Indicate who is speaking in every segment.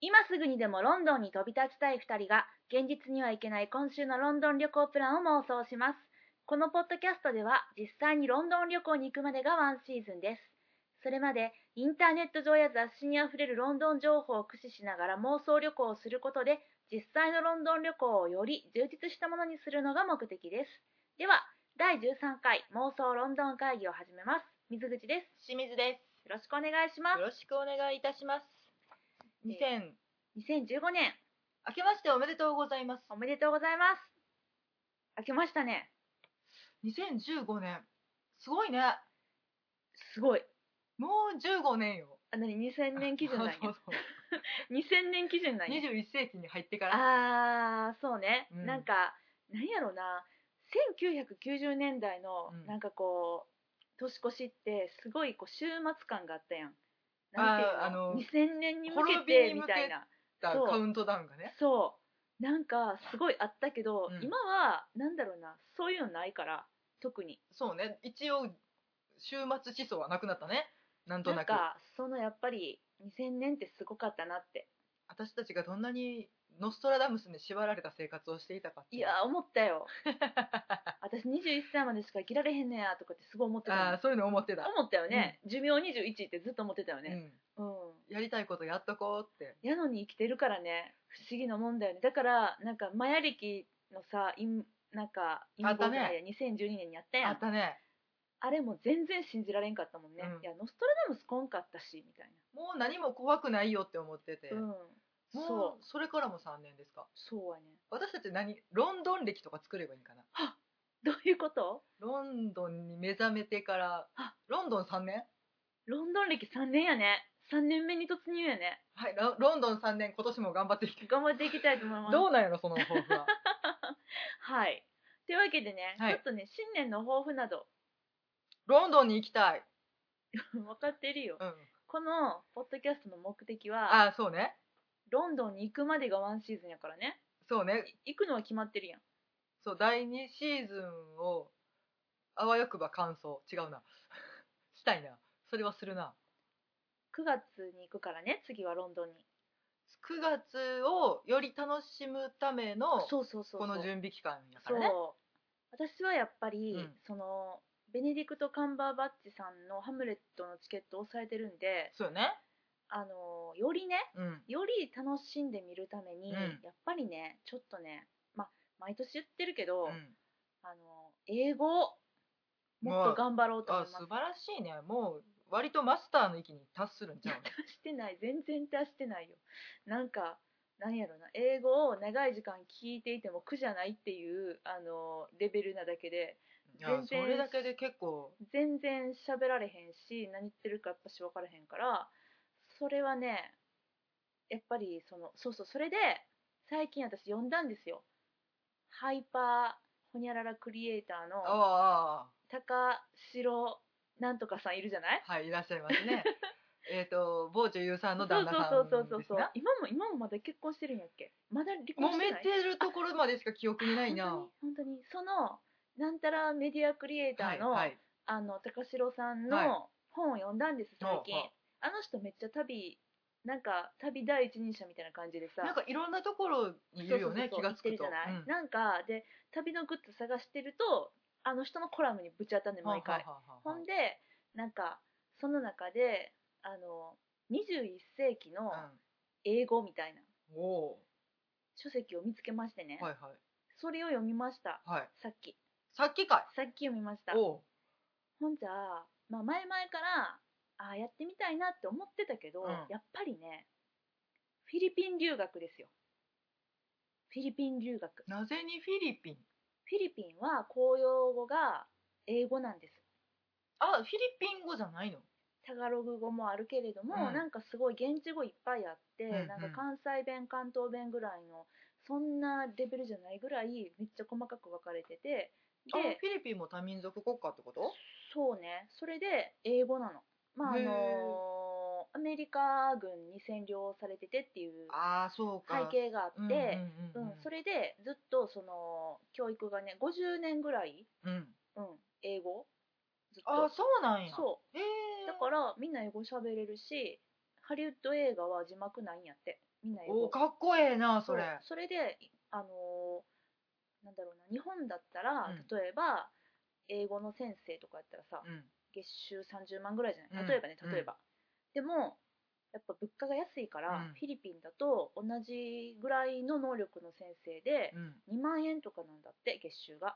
Speaker 1: 今すぐにでもロンドンに飛び立ちたい2人が現実には行けない今週のロンドン旅行プランを妄想しますこのポッドキャストでは実際にロンドン旅行に行くまでがワンシーズンですそれまでインターネット上や雑誌にあふれるロンドン情報を駆使しながら妄想旅行をすることで実際のロンドン旅行をより充実したものにするのが目的ですでは第13回妄想ロンドン会議を始めます水口です
Speaker 2: 清水で。
Speaker 1: よろしくお願いしますす
Speaker 2: よろしくお願いいたします。
Speaker 1: えー
Speaker 2: 2000、
Speaker 1: 2015年
Speaker 2: 明けましておめでとうございます。
Speaker 1: おめでとうございます明けましたね
Speaker 2: 2015年。すごいね。
Speaker 1: すごい
Speaker 2: もう15年よ。
Speaker 1: あ何2000年基準なんや
Speaker 2: そうそう
Speaker 1: 2000年基準なんや
Speaker 2: 21世紀に入ってから。
Speaker 1: あーそうね、
Speaker 2: うん
Speaker 1: なんかなんやろな1990年代の
Speaker 2: うん
Speaker 1: なんかこう、年越しってすごいこう週末感があったやん
Speaker 2: あー
Speaker 1: なんていうの
Speaker 2: あの
Speaker 1: 2000年に向けてみたいな
Speaker 2: だ
Speaker 1: そう
Speaker 2: カウントダウンがね。
Speaker 1: そうなんかすごいあったけど、
Speaker 2: うん
Speaker 1: 今はなんだろうなそういうのないから特に
Speaker 2: そうね。一応、週末思想はなくなったね。なんと
Speaker 1: な
Speaker 2: なんく。
Speaker 1: かそのやっぱり2000年ってすごかったなって
Speaker 2: 私たちがどんなにノストラダムスに縛られた生活をしていたかって
Speaker 1: いうやー思ったよ私21歳までしか生きられへんねやとかってすごい思ってたもん
Speaker 2: あーそういうの思ってた。
Speaker 1: 思ったよね、寿命21ってずっと思ってたよね、うん
Speaker 2: うんやりたいことやっとこうって。
Speaker 1: やのに生きてるからね不思議なもんだよねだからなんかマヤ歴のさインなんか陰
Speaker 2: あったね
Speaker 1: 謀や2012年にやったやん
Speaker 2: あ
Speaker 1: あ
Speaker 2: ったね。
Speaker 1: れも全然信じられんかったもんね、
Speaker 2: うん
Speaker 1: いやノストラダムスこんかったしみたい
Speaker 2: もう何も怖くないよって思ってて。
Speaker 1: な、うん
Speaker 2: も
Speaker 1: そう
Speaker 2: うそれからも3年ですか
Speaker 1: そうやね
Speaker 2: 私たち何ロンドン歴とか作ればいいかな
Speaker 1: どういうこと
Speaker 2: ロンドンに目覚めてから
Speaker 1: あ
Speaker 2: ロンドン3年
Speaker 1: ロンドン歴3年やね3年目に突入やね
Speaker 2: はいロロンドン3年今年も頑張っていきたい
Speaker 1: 頑張っていきたいと思います
Speaker 2: どうなんやろその抱 負は
Speaker 1: はいというわけでね、
Speaker 2: はい
Speaker 1: ちょっとね新年の抱負など
Speaker 2: ロンドンに行きたい、
Speaker 1: 分かってるよ
Speaker 2: うん、
Speaker 1: このポッドキャストの目的は
Speaker 2: ああそうね
Speaker 1: ロンドンに行くまでがワンシーズンやからね
Speaker 2: そうね
Speaker 1: い行くのは決まってるやん
Speaker 2: そう第2シーズンをあわよくば完走違うな したいなそれはするな
Speaker 1: 9月に行くからね次はロンドンに
Speaker 2: 9月をより楽しむための
Speaker 1: そうそうそうそう
Speaker 2: この準備期間やか
Speaker 1: そう
Speaker 2: らね
Speaker 1: 私はやっぱり、
Speaker 2: うん
Speaker 1: そのベネディクト・カンバーバッチさんの「ハムレット」のチケットを押さえてるんで
Speaker 2: そうよね
Speaker 1: あのよりね
Speaker 2: うん
Speaker 1: より楽しんでみるために、
Speaker 2: うん
Speaker 1: やっぱりねちょっとねまあ毎年言ってるけど、
Speaker 2: うん
Speaker 1: あの英語をもっと頑張ろうと思い
Speaker 2: あ
Speaker 1: ます、
Speaker 2: 素晴らしいねもう割とマスターの域に達するんちゃうの
Speaker 1: 達してない全然達してないよなんかなんやろな英語を長い時間聞いていても苦じゃないっていうあのレベルなだけで
Speaker 2: いや
Speaker 1: 全
Speaker 2: そ
Speaker 1: 然
Speaker 2: れだけで結構
Speaker 1: 全然喋られへんし何言ってるか私分からへんからそれはねやっぱりそのそうそうそれで最近私読んだんですよハイパーホニャララクリエイター
Speaker 2: あ
Speaker 1: の
Speaker 2: ああ
Speaker 1: 高城なんとかさんいるじゃない
Speaker 2: あはいいらっしゃいます ねえっと傍女優さん
Speaker 1: そ
Speaker 2: の
Speaker 1: うそ
Speaker 2: 旦
Speaker 1: う
Speaker 2: 那さん
Speaker 1: そうそう
Speaker 2: で
Speaker 1: そう
Speaker 2: す
Speaker 1: そう
Speaker 2: ね
Speaker 1: 今も今もまだ結婚してるんやっけまだ離婚
Speaker 2: 揉
Speaker 1: して
Speaker 2: め
Speaker 1: ない
Speaker 2: てるところまでしか記憶にない な
Speaker 1: 本当に本当にそのなんたらメディアクリエイタ
Speaker 2: は
Speaker 1: ー
Speaker 2: い
Speaker 1: の、
Speaker 2: はい
Speaker 1: あの高城さんの
Speaker 2: はい
Speaker 1: 本を読んだんです最近、
Speaker 2: ほうほう
Speaker 1: あの人めっちゃ旅なんか旅第一人者みたいな感じでさ
Speaker 2: なんかいろんなところにいるよね
Speaker 1: そうそうそう
Speaker 2: 気がつく
Speaker 1: 行ってる
Speaker 2: と
Speaker 1: じゃない、
Speaker 2: うん
Speaker 1: なんかで旅のグッズ探してるとあの人のコラムにぶち当たんねん毎回、
Speaker 2: はあはあはあ
Speaker 1: ほんでなんかその中であの21世紀の英語みたいな
Speaker 2: うんお
Speaker 1: 書籍を見つけましてね、
Speaker 2: おはいはい
Speaker 1: それを読みました
Speaker 2: はい
Speaker 1: さっき
Speaker 2: さっきかい
Speaker 1: さっき読みました
Speaker 2: おう
Speaker 1: ほんじゃあ、まあ、前々からああやってみたいなって思ってたけど、
Speaker 2: うん
Speaker 1: やっぱりねフィリピン留学ですよフィリピン留学フ
Speaker 2: なぜにフィリピン
Speaker 1: ィリピンは公用語が英語なんです
Speaker 2: あフィリピン語じゃないの
Speaker 1: タガログ語もあるけれども、
Speaker 2: うん
Speaker 1: なんかすごい現地語いっぱいあって、
Speaker 2: うんうん
Speaker 1: なんか関西弁関東弁ぐらいのそんなレベルじゃないぐらいめっちゃ細かく分かれてて
Speaker 2: あ
Speaker 1: で
Speaker 2: フィリピンも多民族国家ってこと
Speaker 1: そうねそれで英語なのまああ
Speaker 2: へー
Speaker 1: のアメリカ軍に占領されててっていう
Speaker 2: ああそうか
Speaker 1: 背景があって、うん
Speaker 2: うんうんうんうん
Speaker 1: それでずっとその教育がね50年ぐらい、
Speaker 2: うん
Speaker 1: うん、英語ずっ
Speaker 2: あ
Speaker 1: と
Speaker 2: あそうなんや
Speaker 1: そ
Speaker 2: へえ
Speaker 1: うだからみんな英語喋れるしハリウッド映画は字幕ないんやってみんな英語
Speaker 2: おーかっこええなそれ
Speaker 1: うそれでいあのーなんだろうな日本だったら、
Speaker 2: うん
Speaker 1: 例えば英語の先生とかやったらさ、
Speaker 2: うん
Speaker 1: 月収30万ぐらいじゃな
Speaker 2: う
Speaker 1: い
Speaker 2: ん
Speaker 1: 例えばね、
Speaker 2: うん
Speaker 1: 例えば、でもやっぱ物価が安いから、
Speaker 2: うん
Speaker 1: フィリピンだと同じぐらいの能力の先生で、
Speaker 2: うん
Speaker 1: 2万円とかなんだって月収が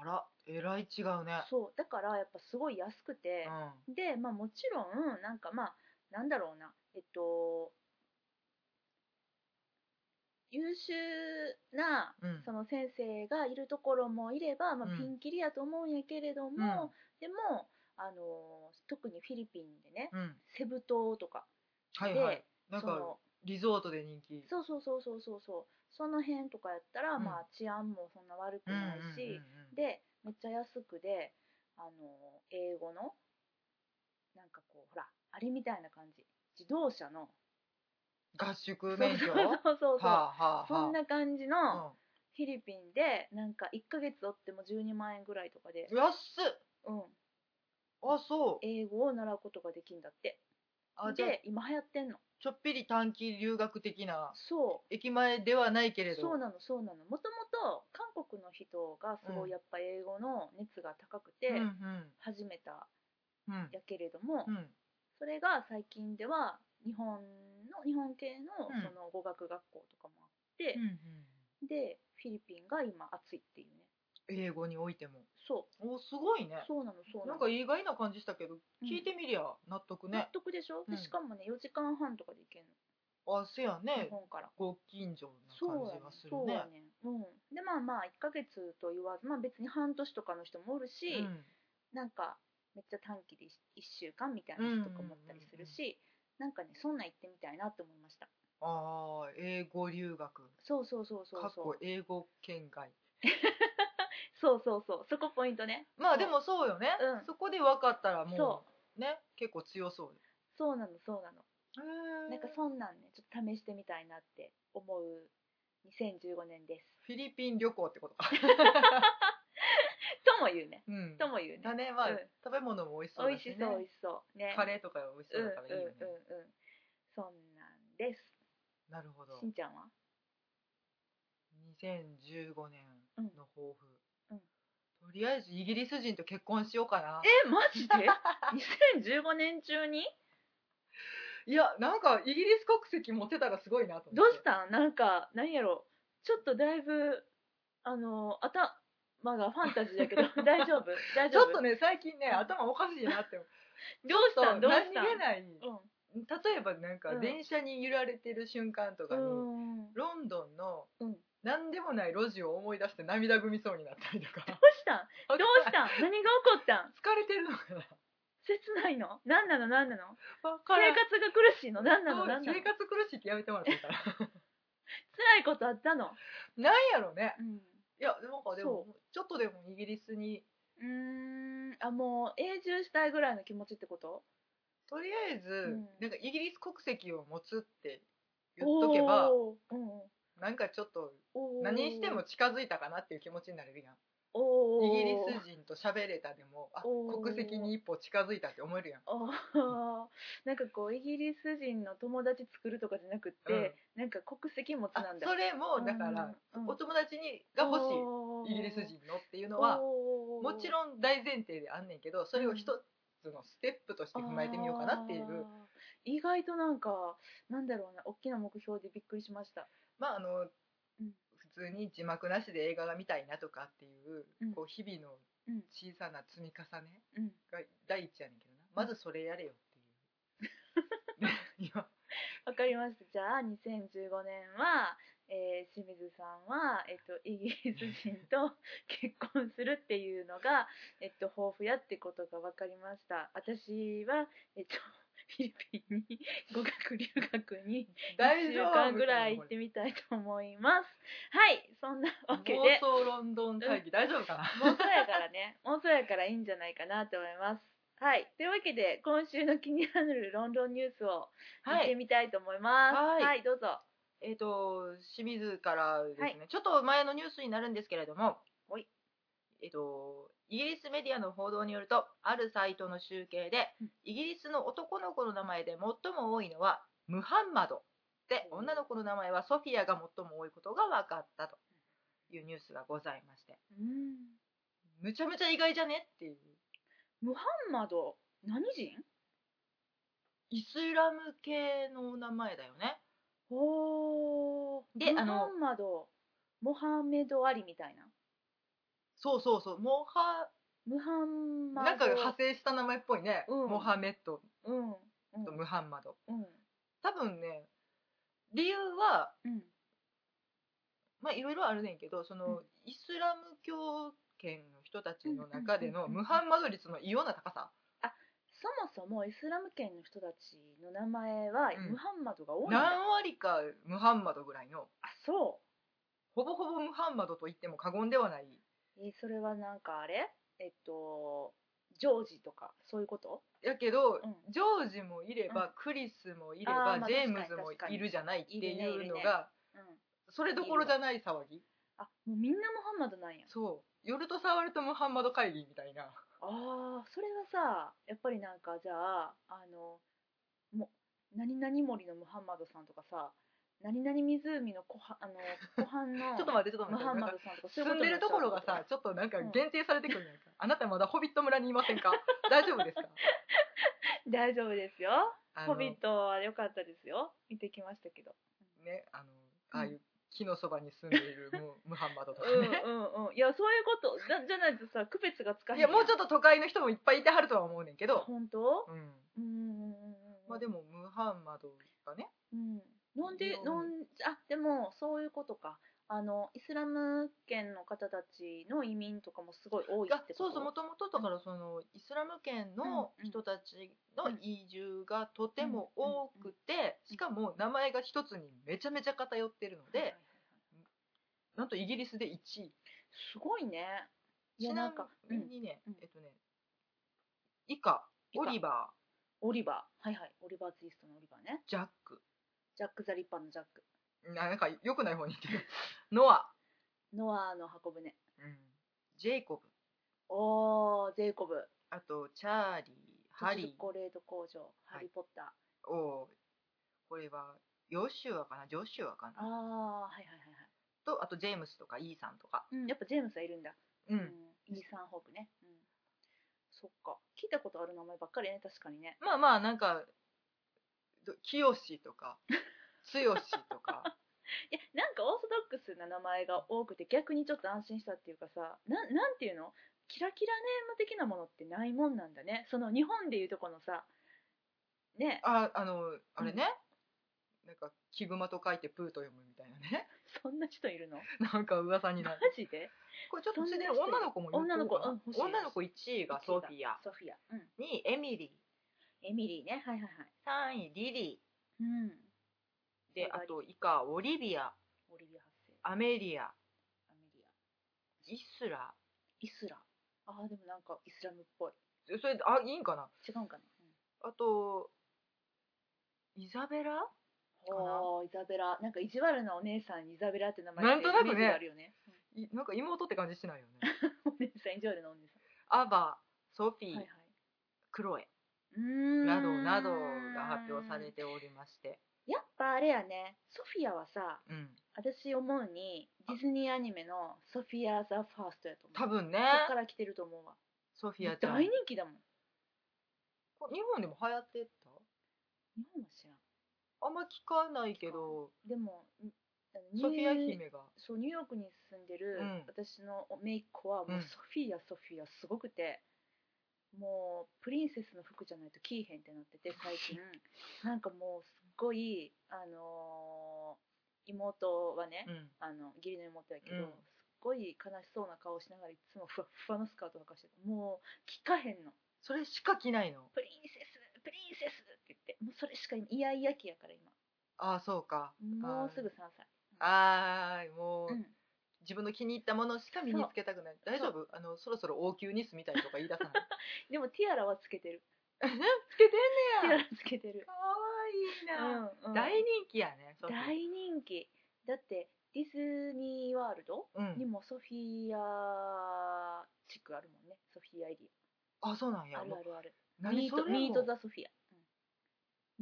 Speaker 2: あらえらい違うね
Speaker 1: そうだからやっぱすごい安くて
Speaker 2: う、ん
Speaker 1: でまあもちろんなんかまあなんだろうなえっと優秀な
Speaker 2: うん
Speaker 1: その先生がいるところもいれば、まあ
Speaker 2: うん、
Speaker 1: ピンキリやと思うんやけれども、
Speaker 2: うん
Speaker 1: でもあの特にフィリピンでね
Speaker 2: うん
Speaker 1: セブ島とか
Speaker 2: はいはいなん
Speaker 1: そ
Speaker 2: か
Speaker 1: の
Speaker 2: リゾートで人気
Speaker 1: そうそうそうそうそうそうその辺とかやったら、
Speaker 2: うん
Speaker 1: まあ治安もそんな悪く
Speaker 2: うんうん
Speaker 1: ないし、
Speaker 2: うんうん
Speaker 1: でめっちゃ安くであの英語のなんかこうほらあれみたいな感じ自動車の
Speaker 2: 合宿
Speaker 1: そう
Speaker 2: 免許
Speaker 1: そうそうそうそう、
Speaker 2: はあはあはあ
Speaker 1: そんな感じの
Speaker 2: う
Speaker 1: フィリピンでなんか1ヶ月おっても12万円ぐらいとかで、
Speaker 2: ん安っ
Speaker 1: うん、
Speaker 2: あそう
Speaker 1: 英語を習うことができるんだって
Speaker 2: あじゃあ
Speaker 1: で今流行ってんの
Speaker 2: ちょっぴり短期留学的な
Speaker 1: そ
Speaker 2: 駅前ではないけ
Speaker 1: う
Speaker 2: れど
Speaker 1: そうなのそうなのもともと韓国の人がすご
Speaker 2: うん
Speaker 1: いやっぱ英語の熱が高くて
Speaker 2: うん
Speaker 1: 始めた
Speaker 2: うんうん
Speaker 1: やけれども、
Speaker 2: うん
Speaker 1: それが最近では日本の日本系の
Speaker 2: うん
Speaker 1: その語学学校とかもあって
Speaker 2: う、んうん
Speaker 1: でフィリピンが今熱いっていうね
Speaker 2: 英語においても
Speaker 1: そ
Speaker 2: おすごいね
Speaker 1: うそうなのそうなん
Speaker 2: な
Speaker 1: の
Speaker 2: か意外な感じしたけど
Speaker 1: うん
Speaker 2: 聞いてみりゃ納得
Speaker 1: 納
Speaker 2: ね
Speaker 1: 得でしょ、
Speaker 2: うん
Speaker 1: でしかもね4時間半とかで行ける
Speaker 2: あせや
Speaker 1: の
Speaker 2: ね
Speaker 1: 日本から、
Speaker 2: ご近所
Speaker 1: そうやね
Speaker 2: な感じがす
Speaker 1: そ
Speaker 2: る
Speaker 1: うや
Speaker 2: ね
Speaker 1: ねうんでまあまあ1ヶ月と言わずまあ別に半年とかの人もおるし、
Speaker 2: うん
Speaker 1: なんかめっちゃ短期で1週間みたいな人とかもおったりするし、なんかねそんなん行ってみたいなと思いました
Speaker 2: あー英語留学
Speaker 1: そうそうそうそう
Speaker 2: かっ
Speaker 1: そう
Speaker 2: こ英語圏外
Speaker 1: そうそうそうそこポイントね
Speaker 2: まあ
Speaker 1: そう
Speaker 2: でもそうよね、
Speaker 1: うん
Speaker 2: そこで分かったらも
Speaker 1: そう
Speaker 2: ね結構強そう
Speaker 1: そうなのそうなの
Speaker 2: へー
Speaker 1: なんかそんなんねちょっと試してみたいなって思う2015年です
Speaker 2: フィリピン旅行ってことか、
Speaker 1: とも言うね
Speaker 2: うん、
Speaker 1: とも言うね
Speaker 2: だねまあ、
Speaker 1: うん
Speaker 2: 食べ物も美味しそう
Speaker 1: 美
Speaker 2: だ
Speaker 1: 味し、そう美味
Speaker 2: し、ね
Speaker 1: しそうね
Speaker 2: カレーとか美味しそうだからいいよね、
Speaker 1: うんうんうんうんそんなんです
Speaker 2: なるほど
Speaker 1: しんちゃんは
Speaker 2: 2015年の抱負、
Speaker 1: うんうん
Speaker 2: とりあえずイギリス人と結婚しようかな
Speaker 1: えマジ で2015年中に
Speaker 2: いやなんかイギリス国籍持てたらすごいなと思って
Speaker 1: どうしたんなんか何やろちょっとだいぶあの頭がファンタジーだ けど大丈夫大
Speaker 2: ち
Speaker 1: 丈夫
Speaker 2: ょっとね最近ね頭おかしいなって思う
Speaker 1: どうしたんどう
Speaker 2: 何
Speaker 1: し
Speaker 2: 気
Speaker 1: たん
Speaker 2: ない
Speaker 1: うん
Speaker 2: 例えばなんか
Speaker 1: うん
Speaker 2: 電車に揺られてる瞬間とかに、
Speaker 1: うんど
Speaker 2: ロンドンの
Speaker 1: うん
Speaker 2: 何でもない路地を思い出して涙ぐみそうになったり とか
Speaker 1: うしたん
Speaker 2: ど
Speaker 1: どうしたん何が起こったん
Speaker 2: 疲れてるのかな
Speaker 1: 切ないの何なの何なの
Speaker 2: わか
Speaker 1: 生
Speaker 2: らん
Speaker 1: 活が苦しいの何なの何なの
Speaker 2: 生
Speaker 1: 辛い
Speaker 2: 活苦しいってやめてもらっていいかな
Speaker 1: ことあったの
Speaker 2: なんやろね
Speaker 1: うん
Speaker 2: いやなんかでもちょっとでもイギリスに
Speaker 1: うーんあもう永住したいぐらいの気持ちってこと
Speaker 2: とりあえず、
Speaker 1: ん
Speaker 2: なんかイギリス国籍を持つって言っとけば
Speaker 1: おーうんうん
Speaker 2: なんかちょっと
Speaker 1: おー
Speaker 2: 何しても近づいたかなっていう気持ちになれるやん
Speaker 1: おー
Speaker 2: イギリス人と喋れたでもあ
Speaker 1: おー
Speaker 2: 国籍に一歩近づいたって思えるやん
Speaker 1: おー なんかこうイギリス人の友達作るとかじゃなくって、なんか国籍持つ
Speaker 2: あ
Speaker 1: なんだ
Speaker 2: それもだから、
Speaker 1: うんうん
Speaker 2: お友達にが欲しいイギリス人のっていうのはもち
Speaker 1: ん
Speaker 2: ろん大前提であんねんけどそれを一つのステップとして踏まえてみようかなっていう
Speaker 1: あー意外となんかなんだろうな大きな目標でびっくりしました
Speaker 2: まああの
Speaker 1: うん
Speaker 2: 普通に字幕なしで映画が見たいなとかっていう,、
Speaker 1: うん
Speaker 2: こう日々の
Speaker 1: うん
Speaker 2: 小さな積み重ね
Speaker 1: うん
Speaker 2: が第一やねんけどなまずそれやれよってい う 今
Speaker 1: わかりましたじゃあ2015年は、えー清水さんは、えっと、イギリス人 と結婚するっていうのが、えっと、抱負やってことが分かりました私は、えっと、フィリピンに語学留学に1
Speaker 2: 大
Speaker 1: 週
Speaker 2: 丈
Speaker 1: 間
Speaker 2: 夫
Speaker 1: ぐらい行ってみたいと思いますはいそんなわけで
Speaker 2: 妄想ロンドン会議大丈夫かな
Speaker 1: 妄想やからね妄想やからいいんじゃないかなと思いますはいというわけで今週の気になるロンドンニュースを見てみたいと思います
Speaker 2: はい
Speaker 1: はい、どうぞ
Speaker 2: えー、と清水からですね、ちょっと前のニュースになるんですけれども、
Speaker 1: はい
Speaker 2: えー、とイギリスメディアの報道によるとあるサイトの集計で、
Speaker 1: うん
Speaker 2: イギリスの男の子の名前で最も多いのはムハンマド
Speaker 3: して女の子の名前はソフィアが最も多いことが分かったというニュースがございまして
Speaker 1: うん
Speaker 2: むちゃむちゃ意外じゃねっていう
Speaker 1: ムハンマド何人
Speaker 3: イスラム系の名前だよね
Speaker 1: おー
Speaker 3: で
Speaker 1: ム
Speaker 3: あの
Speaker 1: ハンマドモハメド・アリみたいな
Speaker 3: そうそうそうモハ
Speaker 1: ムハンマド
Speaker 2: なんか派生した名前っぽいね、
Speaker 1: うん
Speaker 2: モハメッド
Speaker 1: うんうん
Speaker 2: とムハンマド
Speaker 1: うん
Speaker 3: 多分ね理由は
Speaker 1: うん
Speaker 3: まあいろいろあるねんけどその、
Speaker 1: うん
Speaker 3: イスラム教圏の人たちの中で
Speaker 1: う
Speaker 3: の
Speaker 1: んうんうんうん
Speaker 3: ムハンマド率の異様な高さ
Speaker 1: そもそもイスラム圏の人たちの名前は
Speaker 2: うん
Speaker 1: ムハンマドが多いんだ、
Speaker 2: 何割かムハンマドぐらいの
Speaker 1: あそ
Speaker 2: ほぼほぼムハンマドと言っても過言ではないう
Speaker 1: えーそれはなんかあれえっとジョージとかそういうこと
Speaker 2: やけど、
Speaker 1: うん
Speaker 2: ジョージもいれば、
Speaker 1: う
Speaker 2: クリスもいれ
Speaker 1: あー
Speaker 2: ば、
Speaker 1: まあ
Speaker 2: ジェームズも
Speaker 1: 確かに
Speaker 2: いるじゃないって
Speaker 1: いるねい
Speaker 2: い
Speaker 1: る
Speaker 2: うの
Speaker 1: ね
Speaker 2: が、
Speaker 1: うん
Speaker 2: それどころじゃない騒ぎ
Speaker 1: あもうみんなムハンマドなんや
Speaker 2: そう夜と触るとムハンマド会議みたい
Speaker 1: あ
Speaker 2: な
Speaker 1: あそれはさやっぱりなんかじゃああのも何々森のムハンマドさんとかさ何々湖の湖畔 あの湖畔の
Speaker 3: ちょっと待ってちょっと待
Speaker 1: ム
Speaker 3: っ
Speaker 1: ハ
Speaker 3: て
Speaker 1: ン
Speaker 3: な
Speaker 1: マ
Speaker 3: んか
Speaker 1: ドさんとかそういう
Speaker 2: 住んでるところがさちょっとなんか限定されてくるんじゃないか、あなたまだホビット村にいませ んか大丈夫ですか
Speaker 1: になっちゃうってこと 大丈夫ですよ「
Speaker 2: あ
Speaker 1: ホ
Speaker 2: の
Speaker 1: ビット」は良かったですよ見てきました けど
Speaker 2: ねあのああいう木のそばに住んでいる ムムハンマドとか
Speaker 1: うん
Speaker 2: ね、
Speaker 1: うんうんいやそういうことじゃじゃないとさ区別がつかへん
Speaker 2: いやもうちょ
Speaker 1: っ
Speaker 2: っと都会の人もいっぱいいてはるとは思うねんけど、
Speaker 1: 本当
Speaker 2: うん
Speaker 1: うんうんうんうんうん
Speaker 2: まあでもムハンマドがね
Speaker 1: うんなん
Speaker 2: い
Speaker 1: で
Speaker 2: ろんな
Speaker 1: なんあでもそういうことかあのイスラム圏の方たちの移民とかもすごい多い
Speaker 3: が
Speaker 1: ってこと
Speaker 3: そうそうもともとだからそのイスラム圏の
Speaker 1: うんうん
Speaker 3: 人たちの移住がとても多くて
Speaker 1: うん
Speaker 3: しかも名前が一つにめちゃめちゃ偏ってるの
Speaker 1: はいはいはい
Speaker 3: でなんとイギリスで1位
Speaker 1: すごいねい
Speaker 3: ち
Speaker 1: やな
Speaker 3: なん
Speaker 1: か
Speaker 3: みにね
Speaker 1: うんうん
Speaker 3: えっとね以下
Speaker 1: 以下
Speaker 3: オリバ
Speaker 1: オリバーはいはいオリバーツイストのオリバーね
Speaker 3: ージャック
Speaker 1: ジャック・ザ・リッパーのジャック
Speaker 2: ななんか良くない方に行って るノア、
Speaker 1: ノアの箱舟
Speaker 2: うん、
Speaker 3: ジェイコブ
Speaker 1: おージェイコブ
Speaker 3: あとチャーリーハ
Speaker 1: チョ
Speaker 3: リ
Speaker 1: コレート工場ハリー・ポッター、
Speaker 3: ーをこれはヨシュアかなジョシュアか
Speaker 1: あー
Speaker 3: な
Speaker 1: はいはいはいはい
Speaker 3: とあとジェームスとかイーサンとか
Speaker 1: うん、やっぱジェームスはいるんだ、
Speaker 2: う、
Speaker 1: うんイーサン・ホークね、うん、そっか聞いたことある名前ばっかりね確かにね
Speaker 3: まあまあなんか
Speaker 2: ど清しと か強しとか
Speaker 1: いやなんかオーソドックスな名前が多くて逆にちょっと安心したっていうかさななんていうのキラキラネーム的なものってないもんなんだねその日本でいうとこのさね
Speaker 2: ああのあれね、なんかヒグマと書いてプーと読むみたい なね
Speaker 1: そんな人いるの
Speaker 2: なんか噂にな
Speaker 1: マ
Speaker 2: る
Speaker 1: ジで
Speaker 2: これちょっと
Speaker 1: そん
Speaker 2: つ
Speaker 1: ない
Speaker 2: で
Speaker 1: 人
Speaker 2: に女の子も言っ
Speaker 1: 女の
Speaker 2: と
Speaker 1: 子
Speaker 2: こうか
Speaker 1: うん
Speaker 2: な
Speaker 1: 欲しい
Speaker 2: 女の子1位がソフィア
Speaker 1: ソフィア、うん、
Speaker 3: 2位エミリ
Speaker 1: エミリーねはいはいはい
Speaker 3: ー3位リリ
Speaker 1: うん
Speaker 3: ーで
Speaker 1: わ
Speaker 3: あ
Speaker 1: かり
Speaker 3: と以下オリビア
Speaker 1: オリビア発生
Speaker 3: アメリア
Speaker 1: アメリア
Speaker 3: イスラ
Speaker 1: イスラあーでもなんかイスラムっぽい
Speaker 2: それあいいんかな
Speaker 1: 違うんかな、うん
Speaker 3: あとイザベラ
Speaker 1: あーイザベラなんか意地悪なお姉さんにイザベラって名前
Speaker 2: なんとな
Speaker 1: イ
Speaker 2: くね
Speaker 1: メージがあるよね
Speaker 2: いなんか妹って感じしない よね
Speaker 1: お姉さん意地悪なお姉さ
Speaker 3: アバソフィー、
Speaker 1: んはいはい
Speaker 3: クロエ
Speaker 1: うーん
Speaker 3: などなどが発表されておりまして、
Speaker 1: やっぱあれやねソフィアはさ
Speaker 2: うん
Speaker 1: 私思うにディズニーアニメの「ソフィア・ザ・ファースト」やと思う
Speaker 2: 多分ね
Speaker 1: そっから来てると思うわ
Speaker 3: ソフィアちゃん
Speaker 1: 大人気だもん
Speaker 2: こ日本でも流行ってた
Speaker 1: 日本は知らん
Speaker 3: あんま聞かないけど
Speaker 1: でもんあの
Speaker 2: ソフィア
Speaker 1: ニュー
Speaker 2: 姫が
Speaker 1: そうニューヨークに住んでる
Speaker 2: うん
Speaker 1: 私の姪っ子はもううんソフィア、ソフィアすごくてもうプリンセスの服じゃないと着いへんってなってて最近なんかもうすっごいあのー妹はね、
Speaker 2: うん
Speaker 1: あの義理の妹やけど、
Speaker 2: うん
Speaker 1: すっごい悲しそうな顔しながらいつもふわっふわのスカート履かしててもう着かへんの
Speaker 2: それしか着ないの
Speaker 1: プリンセスプリンセスって言ってもうそれしか今イヤイヤ期やから今
Speaker 2: ああそうか
Speaker 1: もうすぐ3歳
Speaker 2: あーもう、
Speaker 1: うん
Speaker 2: 自分の気に入ったものしか身につけたくない大丈夫あのそろそろ王宮に住みたいとか言い出さない
Speaker 1: でもティアラはつけてる
Speaker 2: つけ て
Speaker 1: テ
Speaker 2: ん
Speaker 1: ィ
Speaker 2: ね
Speaker 1: ア
Speaker 2: や
Speaker 1: ラつけて る
Speaker 2: かわいいな、
Speaker 1: うんうん
Speaker 2: 大人気やねソフィ
Speaker 1: 大人気だってディズニーワールド
Speaker 2: ーう
Speaker 1: に
Speaker 2: ん、
Speaker 1: もソフィア地区あるもんねソフィアエリ
Speaker 2: あそうなん
Speaker 1: ア
Speaker 2: や
Speaker 1: ある
Speaker 2: もう
Speaker 1: あるある
Speaker 2: 何
Speaker 1: ミー
Speaker 2: それ
Speaker 1: ト
Speaker 2: も
Speaker 1: ミート・ザ・ソフィア、うん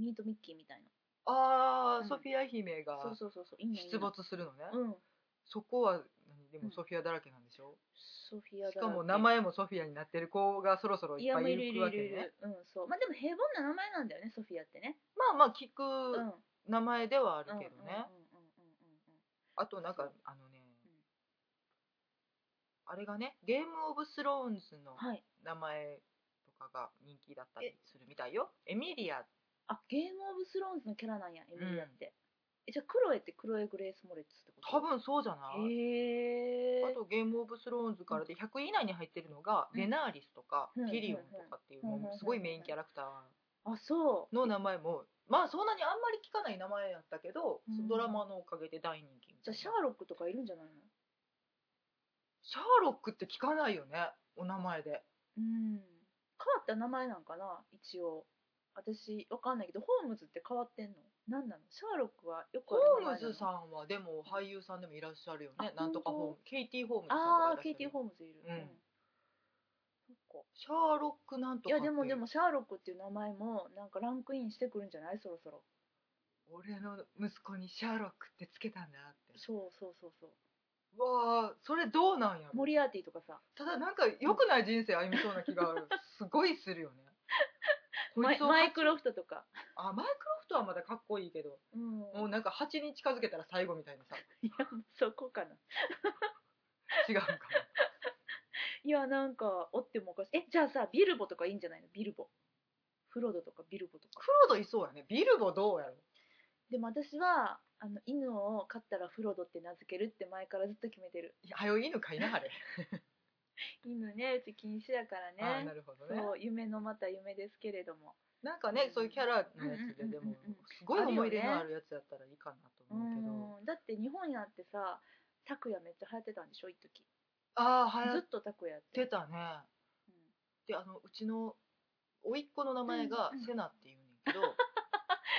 Speaker 1: ミート・ミッキーみたいな
Speaker 2: ああ、
Speaker 1: うん
Speaker 2: ソフィア姫が
Speaker 1: そうそうそうそういいねいいね
Speaker 2: 出没するのね
Speaker 1: うん
Speaker 2: そこは何で
Speaker 1: う
Speaker 2: も
Speaker 1: ん
Speaker 2: ソフィアだらけなんでしょ、
Speaker 1: ソフィアだら
Speaker 2: し
Speaker 1: け
Speaker 2: かも名前もソフィアになってる子がそろそろ
Speaker 1: い
Speaker 2: いっ
Speaker 1: や
Speaker 2: ぱ
Speaker 1: もう
Speaker 2: い
Speaker 1: いる
Speaker 2: い
Speaker 1: い
Speaker 2: る
Speaker 1: る
Speaker 2: わ
Speaker 1: い
Speaker 2: け
Speaker 1: るい
Speaker 2: ね
Speaker 1: るうんそうまあでも平凡な名前なんだよねソフィアってね
Speaker 3: まあまあ聞く
Speaker 1: うん
Speaker 3: 名前ではある
Speaker 1: うんうんうんうんうん
Speaker 3: けどね、
Speaker 1: うん
Speaker 3: あとなん
Speaker 1: そ
Speaker 3: か
Speaker 1: う
Speaker 3: あのね、
Speaker 1: うん
Speaker 3: あれがねゲームオブスローンズの
Speaker 1: はい
Speaker 3: 名前とかが人気だったりするみたいよエミリア
Speaker 1: あゲームオブスローンズのキャラなんやエミリアっ
Speaker 3: うん
Speaker 1: て、えじゃあクロエってクロエ・グレース・モレッツってこと
Speaker 3: 多分そうじゃない、
Speaker 1: へえ
Speaker 3: あとゲームオブスローンズからで100位以内に入ってるのが
Speaker 1: うん
Speaker 3: デナーリスとか
Speaker 1: うん
Speaker 3: ティリオンとかっていう
Speaker 1: うんうん
Speaker 3: もうすごいメインキャラクター
Speaker 1: あそう
Speaker 3: の名前もまあそんなにあんまり聞かない名前やったけど、
Speaker 1: うん
Speaker 3: ドラマのおかげで大人気み
Speaker 1: じ
Speaker 3: たい
Speaker 1: ゃあ
Speaker 3: な
Speaker 1: シャーロックとかいるんじゃないの
Speaker 3: シャーロックって聞かないよねお名前で
Speaker 1: うん変わった名前なんかな一応私わかんないけどホームズって変わってんのなんなのシャーロックはよく
Speaker 3: ホ
Speaker 1: ある名
Speaker 3: ーム
Speaker 1: 前なの
Speaker 3: ズさんはでも俳優さんでもいらっしゃるよね
Speaker 1: あ
Speaker 3: なんとか
Speaker 1: 本当
Speaker 3: ホームケイティ・ホームズさんとかい
Speaker 1: あ
Speaker 3: ら
Speaker 1: あ
Speaker 3: っしゃ
Speaker 1: ケイ
Speaker 3: る
Speaker 1: ティ・ホームズいる
Speaker 3: うん
Speaker 1: そっか
Speaker 3: シャーロックなんと
Speaker 1: い
Speaker 3: か
Speaker 1: やでも
Speaker 3: って
Speaker 1: で
Speaker 3: いう
Speaker 1: もシャーロックっていう名前もなんかランクインしてくるんじゃないそろそろ
Speaker 2: 俺の息子にシャーロックってつけたんだって
Speaker 1: そうそうそうそう
Speaker 2: うわあそれどうなんやろ
Speaker 1: モリアーティとかさ
Speaker 2: ただなんか良くない人生歩みそうな気がすごいするよねこ
Speaker 1: マ
Speaker 2: い
Speaker 1: イ
Speaker 2: つを
Speaker 1: マイクロフトとか
Speaker 2: あマイクロフトはまだかっこいいけど
Speaker 1: うん
Speaker 2: もうなんか蜂に近づけたら最後みたいなさ
Speaker 1: いやそこかな
Speaker 2: 違うんか
Speaker 1: いやなんかおってもおかしいえじゃあさビルボとかいいんじゃないのビルボフロドとかビルボとか
Speaker 2: クロードいそうやねビルボどうやろ
Speaker 1: でも私はあの犬を飼ったらフロドって名付けるって前からずっと決めてる
Speaker 2: いやはよ犬かいなはれ、
Speaker 1: 犬ねうち禁止やから
Speaker 2: ああ
Speaker 1: ね
Speaker 2: なるほどね
Speaker 1: そう夢のまた夢ですけれども
Speaker 2: なんかね、
Speaker 1: うん
Speaker 2: そういうキャラのやつで
Speaker 1: うん
Speaker 2: でも
Speaker 1: うんうんうん
Speaker 2: すごい思い出
Speaker 1: あるよ
Speaker 2: の
Speaker 1: ね
Speaker 2: あるやつやったらいいかな
Speaker 1: う
Speaker 2: と思うけど、
Speaker 1: んだって日本やってさ拓也めっちゃ流行ってたんでしょ一時
Speaker 2: ああ流行
Speaker 1: ず
Speaker 2: っ
Speaker 1: っと拓也やって
Speaker 2: てたね
Speaker 1: うん
Speaker 2: であのうちの甥っ子の名前が
Speaker 1: うんうん
Speaker 2: セナっていうんだけど、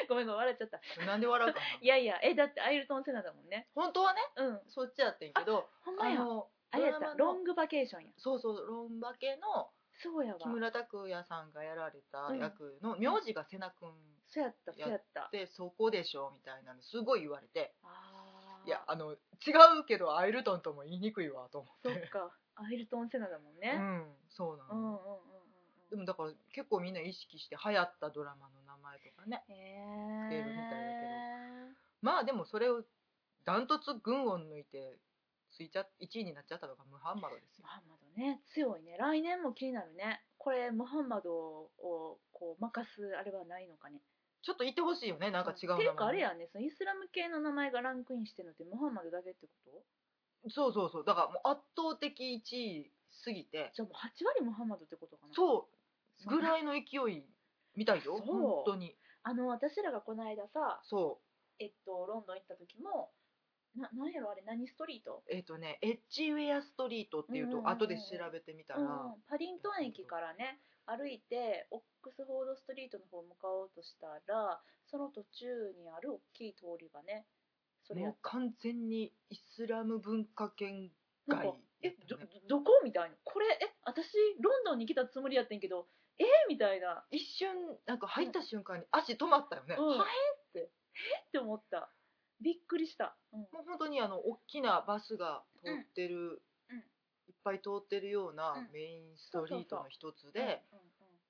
Speaker 1: ごめんごめん笑っちゃった
Speaker 2: なんで笑うかない
Speaker 1: やいやえだってアイルトン・セナだもんね
Speaker 2: 本当はね
Speaker 1: うん
Speaker 3: そっちやってんけど
Speaker 1: ほん
Speaker 3: あ
Speaker 1: まや
Speaker 3: の
Speaker 1: あれやったロ
Speaker 3: の
Speaker 1: ングバケーションや
Speaker 3: そうそうロンバケの
Speaker 1: そうやわ
Speaker 3: 木村拓哉さんがやられた役の名字が瀬名君
Speaker 1: そうやったそうやった
Speaker 3: でそこでしょみたいなのすごい言われて
Speaker 1: あー
Speaker 2: いやあの違うけどアイルトンとも言いにくいわと思
Speaker 1: そ
Speaker 2: っ
Speaker 1: ってかアイルトン・セナだもん
Speaker 2: う
Speaker 1: ね
Speaker 2: んそうな
Speaker 1: うんうんうん
Speaker 2: の、
Speaker 1: うん
Speaker 2: でもだから結構みんな意識して流行ったドラマの名前とかね
Speaker 1: へ
Speaker 2: つけるみたいだ
Speaker 1: え
Speaker 2: まあでもそれをダントツ群を抜いてついちゃ1位になっちゃったのがムハンマドですよ
Speaker 1: ムハンマドね強いね来年も気になるねこれムハンマドをこう任すあれはないのかね
Speaker 2: ちょっと言ってほしいよねなんか違う
Speaker 1: っ
Speaker 2: 名前
Speaker 1: ていうかあれやねそのイスラム系の名前がランクインしてるのってムハンマドだけってこと
Speaker 2: そうそうそうだからもう圧倒的1位すぎて
Speaker 1: じゃあもう8割ムハンマドってことかなう
Speaker 2: そうぐらいの勢いみたい
Speaker 1: そ
Speaker 2: よ
Speaker 1: う
Speaker 2: 本当に
Speaker 1: あの私らがこの間さ
Speaker 2: そ
Speaker 1: えっとロンドン行った時もななんやろあれ何ストリート
Speaker 2: うえっ、とねエッジウェアストリートっていう
Speaker 1: うんうんう
Speaker 2: と
Speaker 1: ん
Speaker 2: 後で調べてみたら、
Speaker 1: うん、パディントン駅からね歩いてオックスフォードストリートの方向かおうとしたらその途中にある大きい通りがねそれや
Speaker 2: も
Speaker 1: っ
Speaker 2: う完全にイスラム文化圏
Speaker 1: なん
Speaker 2: 外
Speaker 1: かえ
Speaker 2: やった
Speaker 1: ど
Speaker 2: ね
Speaker 1: どこみたいなこれえ私ロンドンに来たつもりやってんけどえみたいな
Speaker 2: 一瞬なんか入った瞬間に足止まったよね、
Speaker 1: うん
Speaker 2: は
Speaker 1: って思ったびっくりした、うん
Speaker 2: いもう本当にあの大きなバスが通ってる、
Speaker 1: うんうん
Speaker 2: いっぱい通ってるような
Speaker 1: うん
Speaker 2: メインストリートの一つで、
Speaker 1: うんうんうん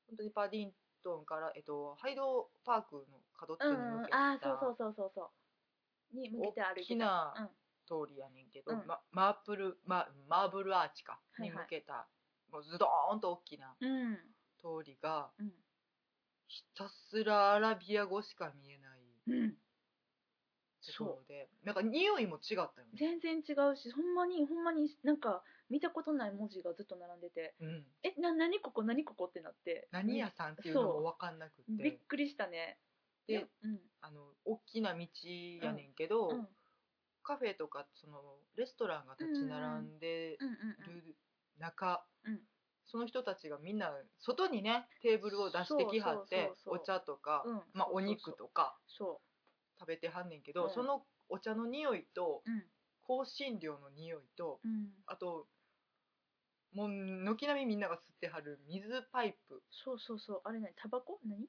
Speaker 2: 本当にパディントンから、えっと、ハイドパークの角って
Speaker 1: う
Speaker 2: い
Speaker 1: ん
Speaker 2: うの
Speaker 1: うん
Speaker 2: に
Speaker 1: あ
Speaker 2: 抜け
Speaker 1: ーそうそうそ
Speaker 2: た
Speaker 1: うそうそうに向けて歩いてた
Speaker 2: 大きな
Speaker 1: うん
Speaker 2: 通りやねんけど、
Speaker 1: うん
Speaker 2: まマープルママーブルアーチか
Speaker 1: いはい
Speaker 2: に向けた、もうズドーンと大きな
Speaker 1: うん
Speaker 2: 通りが
Speaker 1: うん
Speaker 2: ひたすらアラビア語しか見えない
Speaker 1: うん
Speaker 2: ところでなんか匂いも違ったよね、
Speaker 1: 全然違うしほんまにほんまになんか見たことない文字がずっと並んでて
Speaker 2: うん、
Speaker 1: 「えな何ここ何ここ?」ってなって
Speaker 2: 何屋さんっていうのも分かんなく
Speaker 1: うんびってくりしたね
Speaker 2: で
Speaker 1: いやうん
Speaker 2: あの大きな道やねんけど、
Speaker 1: うんうん
Speaker 2: カフェとかそのレストランが立ち並んで
Speaker 1: うんうん
Speaker 2: る中、
Speaker 1: うん
Speaker 2: その人たちがみんな外にねテーブルを出してきはっ
Speaker 1: そうそ
Speaker 2: て
Speaker 1: うそうそう
Speaker 2: お茶とか、
Speaker 1: うん
Speaker 2: ま
Speaker 1: そ
Speaker 2: あ、
Speaker 1: うそうそう
Speaker 2: お肉とか
Speaker 1: そ
Speaker 2: 食べてはんねんけど、
Speaker 1: うん
Speaker 2: そのお茶の匂いと
Speaker 1: ううん
Speaker 2: 香辛料の匂いと
Speaker 1: うん
Speaker 2: あともう軒並みみんなが吸ってはる水パイプ
Speaker 1: そうそうそうあれ何タバコ何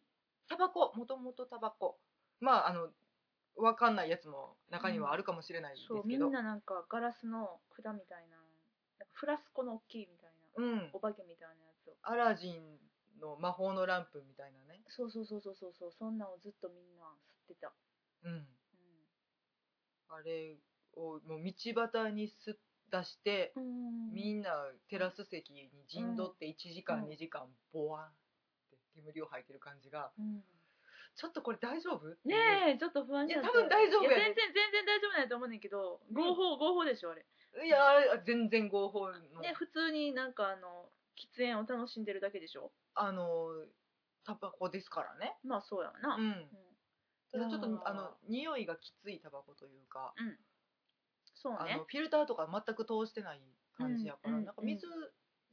Speaker 2: タバコもともとタバコまああの分かんないやつも中にはあるかもしれないです
Speaker 1: そうみ
Speaker 2: け
Speaker 1: ん
Speaker 2: ど、
Speaker 1: ななんかガラスの管みたいななんかフラスコの大きいみたいな
Speaker 2: うん
Speaker 1: お化けみたいなやつを
Speaker 2: アラジンの魔法のランプみたいなね、
Speaker 1: そうそうそうそうそうそうそんなんをずっとみんな吸ってた、
Speaker 2: うん、
Speaker 1: う
Speaker 2: あれをもう道端にす出して、
Speaker 1: ん、
Speaker 2: みんなテラス席に陣取って1時間、
Speaker 1: うん
Speaker 2: 2時間ボワンって煙を吐いてる感じが
Speaker 1: うん
Speaker 2: ちょっとこれ大丈夫っていう
Speaker 1: ねえちょっと不安になっちゃう
Speaker 2: いや多分大丈夫や
Speaker 1: いや全
Speaker 2: ね
Speaker 1: 然全然大丈夫なんやと思うねんけど合法合法でしょあれ
Speaker 2: いやあれ全然合法の、
Speaker 1: ね普通になんかあの喫煙を楽しんでるだけでしょ
Speaker 2: あのタバコですからね
Speaker 1: まあそうやわな、
Speaker 2: う
Speaker 1: うん
Speaker 2: んただちょっ
Speaker 1: いやー
Speaker 2: とあの匂いがきついタバコというか、
Speaker 1: そう
Speaker 2: あ
Speaker 1: ね
Speaker 2: のフィルターとか全く通してない感じやから、
Speaker 1: うんうん
Speaker 2: なんか水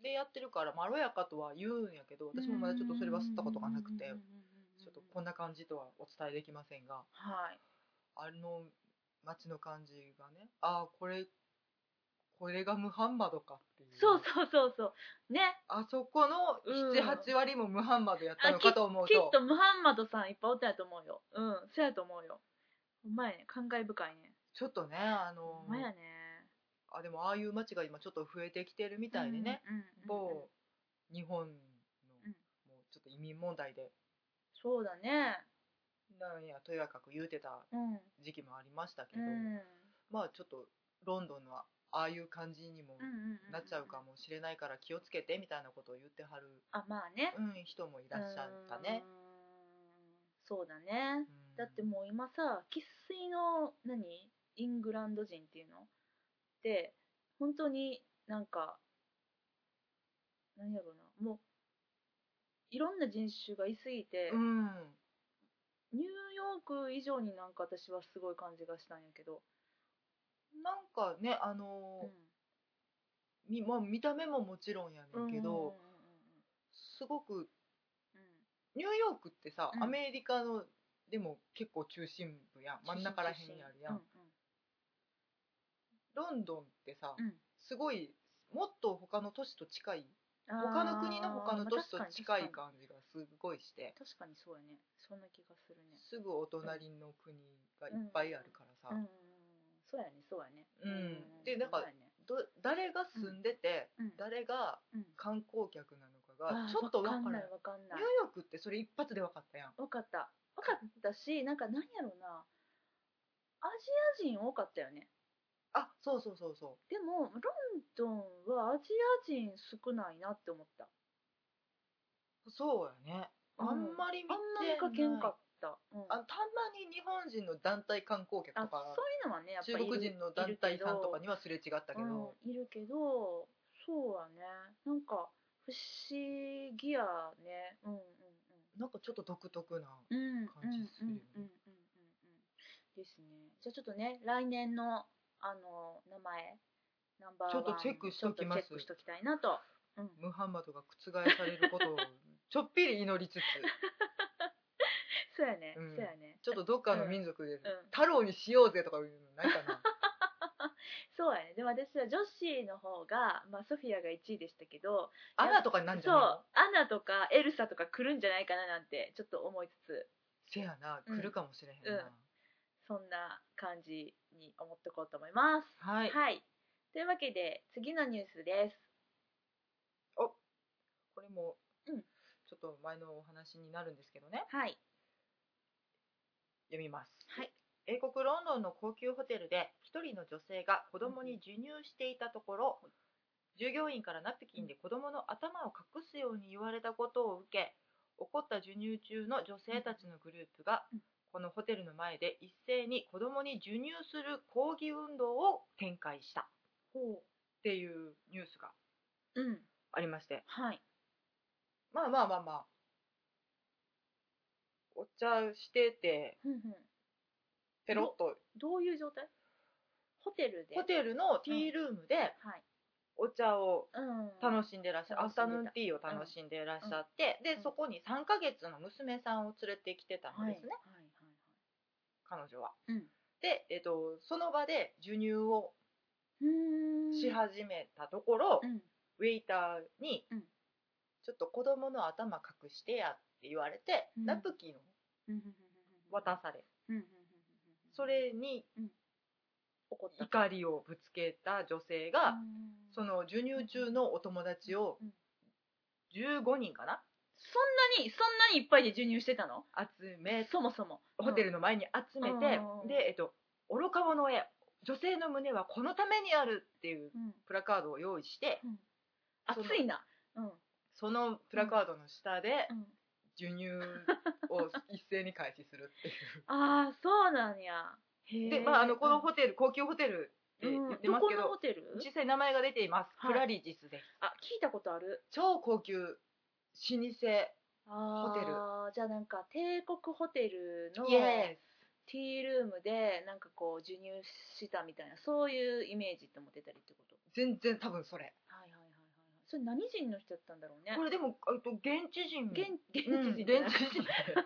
Speaker 2: でやってるからまろやかとは言うんやけど私もまだちょっとそれは吸ったことがなくて、
Speaker 1: うんうんうんうん
Speaker 2: ちょっとこんな感じとはお伝えできませんが
Speaker 1: はい
Speaker 2: あの街の感じがねああこれこれがムハンマドかっていう
Speaker 1: そうそうそうそうね
Speaker 2: あそこの
Speaker 1: うん
Speaker 2: 78割もムハンマドやったのかと思う
Speaker 1: きっ
Speaker 2: と
Speaker 1: とムハンマドさんいっぱいおったやと思うようんそうやと思うよほんまやね感慨深いね
Speaker 2: ちょっとねあ
Speaker 1: ほ
Speaker 2: の
Speaker 1: んまやね
Speaker 2: あでもああいう街が今ちょっと増えてきてるみ
Speaker 1: み
Speaker 2: たいでね、
Speaker 1: うんうんうん
Speaker 2: 某日本の
Speaker 1: うん
Speaker 2: もうちょっと移民問題で
Speaker 1: そうだね
Speaker 2: なんやとやかく言うてた
Speaker 1: うん
Speaker 2: 時期もありましたけ
Speaker 1: う
Speaker 2: ど、
Speaker 1: ん
Speaker 2: まあちょっとロンドンのあああいう感じにも
Speaker 1: うんうんうん
Speaker 2: なっちゃうかもしれないから気をつけてみたいなことを言ってはる、
Speaker 1: あまあね
Speaker 2: うん、人もいらっしゃったね。
Speaker 1: うんそうだね
Speaker 2: うん
Speaker 1: だってもう今さ生粋の何イングランド人っていうのって本当になんか何やろうなもういろんな人種がいすぎて、
Speaker 2: うん
Speaker 1: ニューヨーク以上になんか私はすごい感じがしたんやけど、
Speaker 2: なんかねあのー、みまあ、見た目ももちろんやねんけど、すごく
Speaker 1: うん
Speaker 2: ニューヨークってさ、
Speaker 1: うん
Speaker 2: アメリカのでも結構中心部やん真ん中らへんにあるやん、
Speaker 1: うん
Speaker 2: ロンドンってさ、
Speaker 1: うん
Speaker 2: すごいもっと他の都市と近い
Speaker 1: うん
Speaker 2: 他の国の他の都市と
Speaker 1: あーまあ確かに
Speaker 2: 近い感じがすごいして
Speaker 1: 確かに確かにそうやねそんな気がするね
Speaker 2: すぐお隣の国がいっぱいあるからさ、
Speaker 1: うんそうやねそうやね
Speaker 2: うんでなんか
Speaker 1: そうやね
Speaker 2: ど誰が住んでて、
Speaker 1: うん
Speaker 2: 誰が
Speaker 1: うん
Speaker 2: 観光客なのか
Speaker 1: あ
Speaker 2: が
Speaker 1: ー
Speaker 2: ちょっと分からない
Speaker 1: わかん
Speaker 2: ニュ
Speaker 1: ないわかんない
Speaker 2: ーヨークってそれ一発で分かったやん
Speaker 1: わかったわかったしなんか何やろうなアジア人多かったよね
Speaker 2: あそうそうそうそ
Speaker 1: でもロンドンはアジア人少ないなって思った
Speaker 2: うそうやねあんまり見て
Speaker 1: あ
Speaker 2: なん
Speaker 1: ま
Speaker 2: い、
Speaker 1: りかけんかった、うん
Speaker 2: あたまに日本人の団体観光客
Speaker 1: あ
Speaker 2: と
Speaker 1: そういう
Speaker 2: か
Speaker 1: のはねやっぱ
Speaker 2: 中
Speaker 1: りいる
Speaker 2: 国人の団体さんとかにはすれ違ったけど、
Speaker 1: うん、いるけどそうはねなんか不思議やねうんうん
Speaker 2: なんかちょっと独特な
Speaker 1: うんうん
Speaker 2: 感じするよね
Speaker 1: うんうんうんうんうんですねじゃあちょっとね来年のあの名前ナンバーワン
Speaker 2: ちょっとチェックしときます
Speaker 1: ちょっとチェックしときたいなと
Speaker 2: ムハンマドが覆される ことをちょっぴり祈りつつ
Speaker 1: そうやね、
Speaker 2: うん
Speaker 1: そうやね
Speaker 2: ちょっとどっかの民族で
Speaker 1: ん
Speaker 2: 太郎にしようぜとかいうのない かな
Speaker 1: そうやねでも私は女子の方が、まあ、ソフィアが1位でしたけど
Speaker 2: アナとかになんじゃ
Speaker 1: そう
Speaker 2: ないの
Speaker 1: アナとかエルサとか来るんじゃないかななんてちょっと思いつつ
Speaker 2: せやな
Speaker 1: うん
Speaker 2: 来るかもしれへんな、
Speaker 1: そんな感じに思ってこうと思います。
Speaker 2: はい、
Speaker 1: というわけで次のニュースです。
Speaker 2: これも、
Speaker 1: うん
Speaker 2: ちょっと前のお話になるんですけどね
Speaker 1: はい。
Speaker 2: 読みます、
Speaker 1: はい
Speaker 3: 英国ロンドンの高級ホテルで一人の女性が子供に授乳していたところ従業員からナプキンで子供の頭を隠すように言われたことを受け怒った授乳中の女性たちのグループが
Speaker 1: うん
Speaker 3: このホテルの前で一斉に子供に授乳する抗議運動を展開したっ
Speaker 1: ほ
Speaker 3: ていうニュースが
Speaker 1: う。うん。
Speaker 3: ありまして
Speaker 1: はい。
Speaker 2: まあまあまあまあお茶してて
Speaker 1: ふんふん。
Speaker 2: ペロッと
Speaker 1: どういう状態？ホテルで。
Speaker 2: ホテルのティールームで
Speaker 1: はい。
Speaker 2: お茶を
Speaker 1: うん。
Speaker 3: 楽しんでらっしゃる、
Speaker 1: うん
Speaker 3: アフタヌーンティーを楽しんでらっしゃって、
Speaker 1: うん
Speaker 3: でそこに3ヶ月の娘さんを連れてきてたん
Speaker 1: は
Speaker 3: で
Speaker 1: いはい
Speaker 3: すね、彼女は。
Speaker 1: はいはい。
Speaker 3: で、えっと、その場で授乳を
Speaker 1: うん。うーん。
Speaker 3: し始めたところ、
Speaker 1: うん。
Speaker 3: ウェイターに、
Speaker 1: うん
Speaker 3: ちょっと子供の頭隠してや」って言われて、
Speaker 1: うん
Speaker 3: ナプキンを
Speaker 1: うん。
Speaker 3: 渡され
Speaker 1: うん。うん。うん。
Speaker 2: それに
Speaker 1: 怒った
Speaker 2: 怒りをぶつけた女性が、
Speaker 1: うん
Speaker 2: その授乳中のお友達を
Speaker 1: うん
Speaker 2: 15人かな
Speaker 1: そんなにそんなにいっぱいで授乳してたの
Speaker 2: 集め
Speaker 1: そもそも
Speaker 2: ホテルの前に集めて、
Speaker 1: うん
Speaker 2: で、えっと「愚か者へ女性の胸はこのためにある」っていう
Speaker 1: うんうん
Speaker 2: プラカードを用意してその
Speaker 1: 暑いなうん
Speaker 2: そのプラカードの下で
Speaker 1: うん
Speaker 2: 授乳を一斉に開始するっていう。
Speaker 1: ああそうなんやへえ
Speaker 2: で、まあ、あのこのホテル高級ホテルって
Speaker 1: うん
Speaker 2: 言ってますけ
Speaker 1: どこの
Speaker 2: ど
Speaker 1: ホ、テル
Speaker 2: 実際名前が出ています、
Speaker 1: はい
Speaker 2: クラリジスです
Speaker 1: あ聞いたことある
Speaker 2: 超高級老舗
Speaker 1: あー
Speaker 2: ホテル
Speaker 1: じゃあなんか帝国ホテルの
Speaker 2: イエ
Speaker 1: ティールームでなんかこう授乳したみたいなそういうイメージって思ってたりってこと
Speaker 2: ス全然多分それ
Speaker 1: はいはいはいはいはいそれ何人の人だったんだろうね
Speaker 2: これでもえっと現地人
Speaker 1: 現現
Speaker 2: うん
Speaker 1: 地
Speaker 2: 現
Speaker 1: 人
Speaker 2: 地
Speaker 1: じゃない、
Speaker 2: 人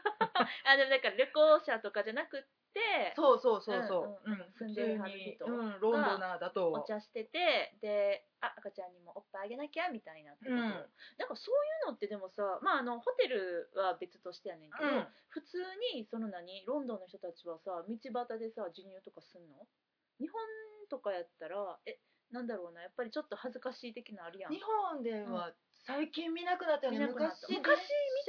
Speaker 1: あでもだから旅行者とかじゃなくって
Speaker 2: そうそうそうそう
Speaker 1: うんうん
Speaker 2: うん
Speaker 1: 住んでるはる人
Speaker 2: 普通にうんロンドナーだ
Speaker 1: お
Speaker 2: と
Speaker 1: 茶しててであ赤ちゃんにもおっぱいあげなきゃみたいなってこと、
Speaker 2: うん
Speaker 1: なんかそういうのってでもさまああのホテルは別としてやねんけど、
Speaker 2: うん
Speaker 1: 普通にその何ロンドンの人たちはさ道端でさ授乳とかすんの日本とかやったらえなんだろうなやっぱりちょっと恥ずかしい的なあるやん
Speaker 2: 日本では最近見なくなったよね
Speaker 1: 見なくなった
Speaker 2: 昔ね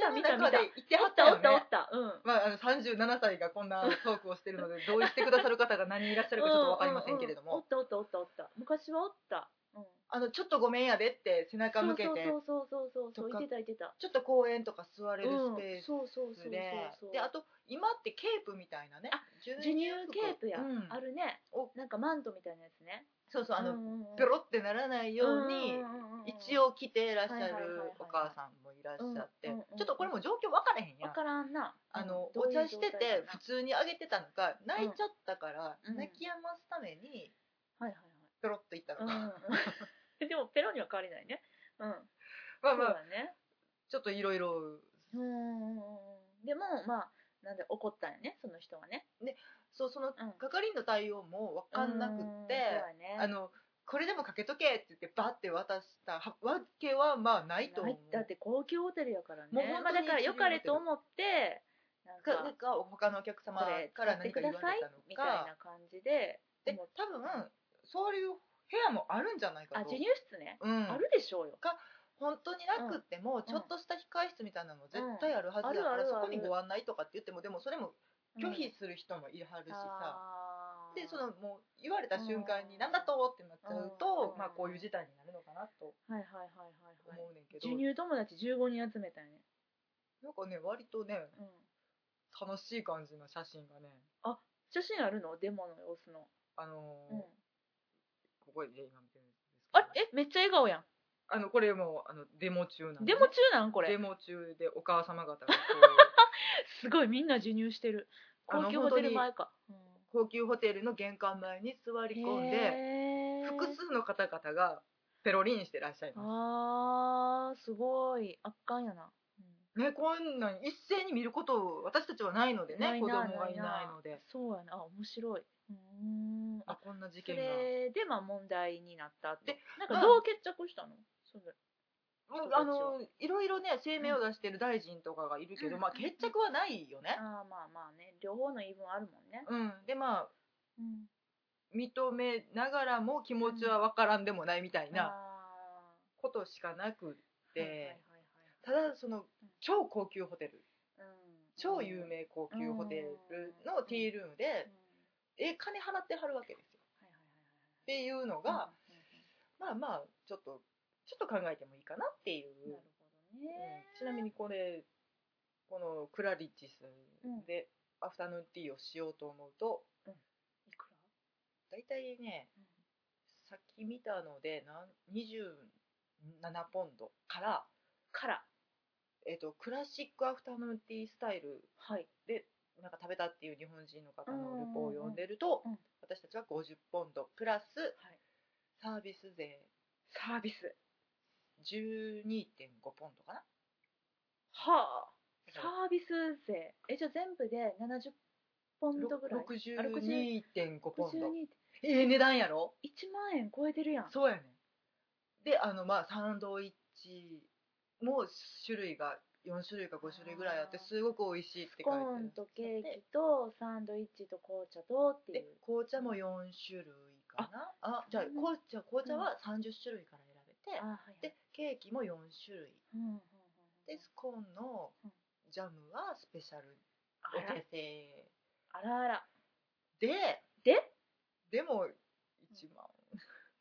Speaker 1: 昔見た見た見た
Speaker 2: 中で行って
Speaker 1: お
Speaker 2: はっ
Speaker 1: ったたお
Speaker 2: よ
Speaker 1: ったおったうん
Speaker 2: ねまあ、あの37歳がこんなトークをしてるので 同意してくださる方が何人いらっしゃるかちょっと分かりませんけれども、
Speaker 1: うううおったおったおったおった昔はおった、うん、
Speaker 2: あのちょっとごめんやでって背中向けて
Speaker 1: そうそうそうそうそうそう
Speaker 2: と
Speaker 1: い
Speaker 2: か
Speaker 1: てたいてた
Speaker 2: ちょっと公園とか座れるスペースで、
Speaker 1: うんそうそうそうそうそう
Speaker 2: であと今ってケープみたいなね
Speaker 1: あ
Speaker 2: 授
Speaker 1: 授乳ケープや、
Speaker 2: うん
Speaker 1: あるね
Speaker 2: お
Speaker 1: なんかマントみたいなやつね
Speaker 2: そうそうあの、
Speaker 1: うんうんうん
Speaker 2: ペロってならないように、一応着てらっしゃ
Speaker 1: はいはいはいはい
Speaker 2: るお母さんもいらっしゃって、
Speaker 1: うんうんうん
Speaker 2: ちょっとこれも状況分からへんや
Speaker 1: 分
Speaker 2: ん
Speaker 1: からんな
Speaker 2: あの
Speaker 1: うん
Speaker 2: お茶して
Speaker 1: どういう状態
Speaker 2: て
Speaker 1: か
Speaker 2: 普通にあげてたのか泣いちゃったから、
Speaker 1: うん
Speaker 2: 泣き止ますために
Speaker 1: なはいは
Speaker 2: ペロッといったの
Speaker 1: い
Speaker 2: か、
Speaker 1: はい、うん、 でもペロには変わりないねうん
Speaker 2: ま
Speaker 1: そ
Speaker 2: あ
Speaker 1: う
Speaker 2: まあ
Speaker 1: だね
Speaker 2: ちょっといろいろ
Speaker 1: うんうんうんでもまあなんで怒ったんやねその人はね
Speaker 2: そうその
Speaker 1: うん
Speaker 2: 係員の対応も分かんなくっ
Speaker 1: う
Speaker 2: て、
Speaker 1: んそうやね
Speaker 2: あのこれでもかけとけって言ってバッて渡したはわけはまあないと思う
Speaker 1: だって高級ホテルやからね
Speaker 2: もう本当に
Speaker 1: まあ、だから良かれと思ってなん
Speaker 2: かなん
Speaker 1: か
Speaker 2: か他のお客様
Speaker 1: これ
Speaker 2: か
Speaker 1: 使
Speaker 2: ら
Speaker 1: って
Speaker 2: 何
Speaker 1: く
Speaker 2: か言
Speaker 1: だ
Speaker 2: われ
Speaker 1: さい
Speaker 2: たの
Speaker 1: みたい
Speaker 2: か
Speaker 1: な感じで
Speaker 2: で
Speaker 1: 思っ
Speaker 2: 多分そういう部屋もあるんじゃないか
Speaker 1: あ
Speaker 2: と
Speaker 1: 授乳室ね、
Speaker 2: うん、
Speaker 1: あるでしょうよ
Speaker 2: 本当になくっても、ちょっとした控室みたいなの絶対あるはずだから、
Speaker 1: うんあるある
Speaker 2: そこに
Speaker 1: ある
Speaker 2: ご案内とかって言ってもでもそれも拒
Speaker 1: うん
Speaker 2: 否する人もいはるしさ、
Speaker 1: あー
Speaker 2: でそのもう言われた瞬間
Speaker 1: う
Speaker 2: に
Speaker 1: ん
Speaker 2: 「なんだと?」ってなっちゃうと、
Speaker 1: うん
Speaker 2: まあこういう事態になるのかなと
Speaker 1: はいはいはいはいはい
Speaker 2: 思うねんけど、
Speaker 1: 授乳友達15人集めたよね、
Speaker 2: なんかね割とね
Speaker 1: うん、
Speaker 2: 楽しい感じの写真がね
Speaker 1: 写真あるのデモの様子の、
Speaker 2: あのー
Speaker 1: うん、
Speaker 2: ここで今見てるんですけど
Speaker 1: あれえめっちゃ笑顔や
Speaker 2: あのこれもうあのデモ中なん
Speaker 1: ん
Speaker 2: で
Speaker 1: デ
Speaker 2: ね
Speaker 1: モ中なんこ
Speaker 2: デ
Speaker 1: れ
Speaker 2: モ中でお母様方がこう
Speaker 1: すごいみんな授乳してる
Speaker 2: あの
Speaker 1: 高級ホテル前か、うん、
Speaker 2: 高級ホテルの玄関前に座り込んで
Speaker 1: へー
Speaker 2: 複数の方々がペロリンしてらっしゃい
Speaker 1: あ
Speaker 2: ま
Speaker 1: ーすごい圧巻やな、
Speaker 2: すねこんなん一斉に見ることを私たちはないのでね
Speaker 1: ない
Speaker 2: 子
Speaker 1: な
Speaker 2: 供がいないので
Speaker 1: そうやなあ面白いうーん
Speaker 2: あ
Speaker 1: あ
Speaker 2: こんな事
Speaker 1: そ
Speaker 2: 件が
Speaker 1: れでまあ問題になったって
Speaker 2: で
Speaker 1: なんか
Speaker 2: まあ
Speaker 1: どう決着したの、それ
Speaker 2: うんあのいろいろね声明を出してる大臣とかがいるけど、
Speaker 1: うん
Speaker 2: まあ決着はないよね
Speaker 1: あーまあまあね両方の言い分あるもんね、
Speaker 2: うんでまあ
Speaker 1: うん、
Speaker 2: 認めながらも気持ちは分からんでもないみたい
Speaker 1: あ
Speaker 2: なことしかなくっ
Speaker 1: ーはいはい
Speaker 2: てた
Speaker 1: はいはい
Speaker 2: だその超高級ホテル
Speaker 1: うん
Speaker 2: 超有名高級ホテルのティールーム
Speaker 1: うん
Speaker 2: でええ金払ってはるわけですよ
Speaker 1: はいはい
Speaker 2: っていうの
Speaker 1: はいはい
Speaker 2: が、まあまあちょっとちょっと考えてもいいかなっていう
Speaker 1: うんうんうん、なるほど
Speaker 2: うん
Speaker 1: ね、
Speaker 2: ちなみにこれこのクラリッチスでアフタヌーンティーをしようと思うと
Speaker 1: いくら、
Speaker 2: 大体ね
Speaker 1: うん
Speaker 2: さっき見たのでなん27ポンドから、
Speaker 1: から
Speaker 2: えっとクラシックアフタヌーンティースタイル
Speaker 1: はい
Speaker 2: なんか食べたっていう日本人の方の旅行を呼んでると、
Speaker 1: うんうんうん
Speaker 2: 私たちは50ポンドプラス
Speaker 1: はい
Speaker 2: サービス税
Speaker 1: サービス
Speaker 2: 12.5ポンドかな
Speaker 1: はあサービス税えじゃあ全部で70ポンドぐらいあ60
Speaker 2: 62.5ポンド
Speaker 1: 62
Speaker 2: ええ値段やろ
Speaker 1: 1万円超えてるやん
Speaker 2: そうやねんであのまあサンドイッチも種類が
Speaker 4: 4種類か5種類ぐらいあってすごく美味しいって書
Speaker 1: スコ
Speaker 4: いて
Speaker 1: ー
Speaker 4: あ
Speaker 1: ン
Speaker 4: る
Speaker 1: とケーキとサンドイッチと紅茶とってい
Speaker 2: で
Speaker 1: う
Speaker 2: 紅茶も4種類かなあじゃあ
Speaker 1: うん
Speaker 2: 紅茶紅茶は30種類から選べて、
Speaker 1: あはいはい
Speaker 2: でケーキも4種類
Speaker 1: うんうんうんうん
Speaker 2: でスコーンの
Speaker 1: うん
Speaker 2: ジャムはスペシャル
Speaker 1: あ
Speaker 2: お
Speaker 1: ら
Speaker 2: 手製
Speaker 1: あらあら
Speaker 2: で
Speaker 1: で
Speaker 2: でも1万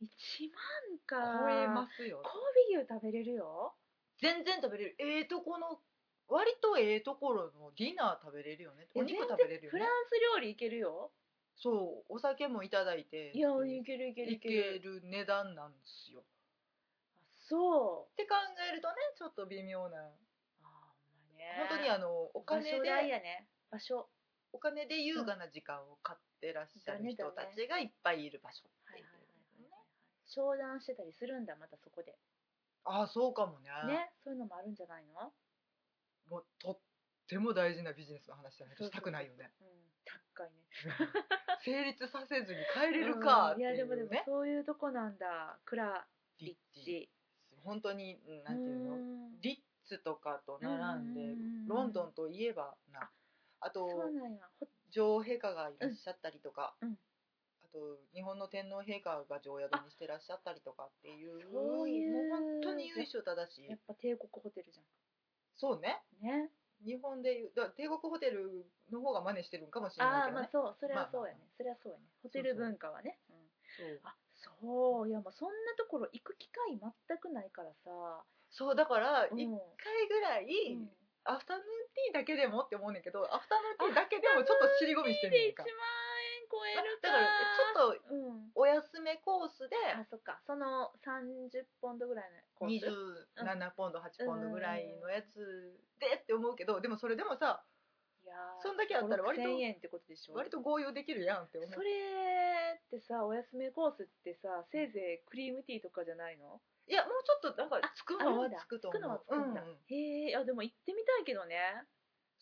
Speaker 1: 1万か
Speaker 4: 超えますよ
Speaker 1: 神戸牛食べれるよ
Speaker 2: 全然食べれるええとこの割とええところのディナー食べれるよね
Speaker 1: い
Speaker 2: お
Speaker 1: や
Speaker 2: 肉食べれるよ
Speaker 1: フ
Speaker 2: ね
Speaker 1: ランス料理いけるよ
Speaker 2: そうお酒もいただいて
Speaker 1: いやいけるいける
Speaker 2: い
Speaker 1: いけ
Speaker 2: け
Speaker 1: る
Speaker 2: る値段なんですよっ
Speaker 1: あそう
Speaker 2: て考えるとねちょっと微妙な
Speaker 1: あほんまね
Speaker 2: 本当にあのお
Speaker 1: 場
Speaker 2: 金
Speaker 1: 所代
Speaker 2: で
Speaker 1: やね場所
Speaker 2: お金で優雅な時間を買ってらっしゃる人たちがいっぱいいる場所って
Speaker 1: はい
Speaker 2: い
Speaker 1: は
Speaker 2: う
Speaker 1: いはいはいはい商談してたりするんだまたそこで
Speaker 2: ああそうかもね
Speaker 1: ねそういうのもあるんじゃないの
Speaker 4: もうとっても大事なビジネスの話だねしたくないよね
Speaker 1: うん高いね
Speaker 4: 成立させずに帰れるかっ
Speaker 1: うん
Speaker 4: て
Speaker 1: い
Speaker 4: い
Speaker 1: やで
Speaker 4: う
Speaker 1: もでも
Speaker 4: ね
Speaker 1: そういうとこなんだクラ
Speaker 2: リッ
Speaker 1: リッ
Speaker 2: チ
Speaker 1: チ
Speaker 2: 本当にうんなんていうの
Speaker 1: ん
Speaker 2: リッツとかと並んで
Speaker 1: うんうんうん
Speaker 2: ロンドンといえばなあと
Speaker 1: そうなんやほ
Speaker 2: 女王陛下がいらっしゃったりとか、
Speaker 1: うんうん
Speaker 2: あと日本の天皇陛下が常宿にしてらっしゃったりとかってい
Speaker 1: あ
Speaker 2: う
Speaker 1: そういう
Speaker 2: もう本当に由緒正しい
Speaker 1: やっぱ帝国ホテルじゃ
Speaker 2: そうね
Speaker 1: んね
Speaker 2: 日本でいうだから帝国ホテルの方が真似してるんかもしれない
Speaker 1: ああー
Speaker 2: けど
Speaker 1: ま
Speaker 2: ね
Speaker 1: あ、そうそれはそうやね、
Speaker 2: まあま
Speaker 1: それ
Speaker 2: あま
Speaker 1: はそうやねホテル文化はねうん
Speaker 2: そう
Speaker 1: あそういやもうそんなところ行く機会全くないからさ、
Speaker 2: そうだから
Speaker 1: うん
Speaker 2: 1回ぐらい
Speaker 1: うん
Speaker 2: アフタヌーンティーだけでもって思うねんだけどアフタヌーンティーだけでもちょっと尻込みしてる
Speaker 1: で
Speaker 2: ねん
Speaker 1: 1
Speaker 2: か
Speaker 1: 万円超えるか
Speaker 2: だからちょ
Speaker 1: ょっ
Speaker 2: っと
Speaker 1: と、うん、
Speaker 2: お安めコースで
Speaker 1: あそっかその30ポンドぐらいのコース
Speaker 2: 27ポンド8ポンドぐらいのやつでって思うけどでもそれでもさ
Speaker 1: いやー
Speaker 2: そんだけあったら割
Speaker 1: 5
Speaker 2: と
Speaker 1: 6000円ってことでしょ
Speaker 2: 割と合用できるやんって思
Speaker 1: そ
Speaker 2: う
Speaker 1: れってさお休みコースってさせいぜいクリームティーとかじゃないの
Speaker 2: いやもうちょっとなんかつく
Speaker 1: ある
Speaker 2: のは
Speaker 1: んだ
Speaker 2: つくと
Speaker 1: つく
Speaker 2: 思う
Speaker 1: のはつくんだ、
Speaker 2: うんうん
Speaker 1: へえいやでも行ってみたいけどね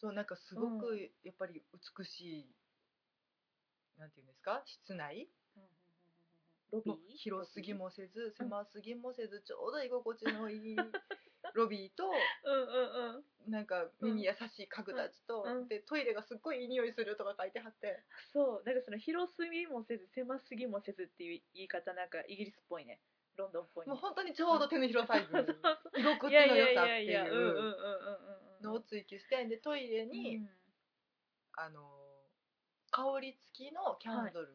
Speaker 2: そうなんかすご
Speaker 1: う
Speaker 2: くやっぱり美しい、なんていうんですか室内
Speaker 1: ロビー
Speaker 2: もう広すぎもせず狭すぎもせずちょうど居心地の いいロビーと
Speaker 1: うんうんうん
Speaker 2: なんか目に優しい家具たちと、
Speaker 1: うんうん
Speaker 2: でトイレがすっごいいい匂いするとか書いてはって
Speaker 1: そうなんかその広すぎもせず狭すぎもせずっていう言い方なんかイギリスっぽいねロンドンっぽいね
Speaker 2: もう本当にちょうど手の広さサイ ズ
Speaker 1: そうそうそう
Speaker 2: 居心
Speaker 1: い
Speaker 2: 地
Speaker 1: やい
Speaker 2: の
Speaker 1: や
Speaker 2: 良
Speaker 1: い
Speaker 2: さっ
Speaker 1: や
Speaker 2: て
Speaker 1: いやうんうんうんうん
Speaker 2: いう
Speaker 1: うん
Speaker 2: のを追求したいんでトイレに、
Speaker 1: うん
Speaker 2: あの香り付きのキャンドル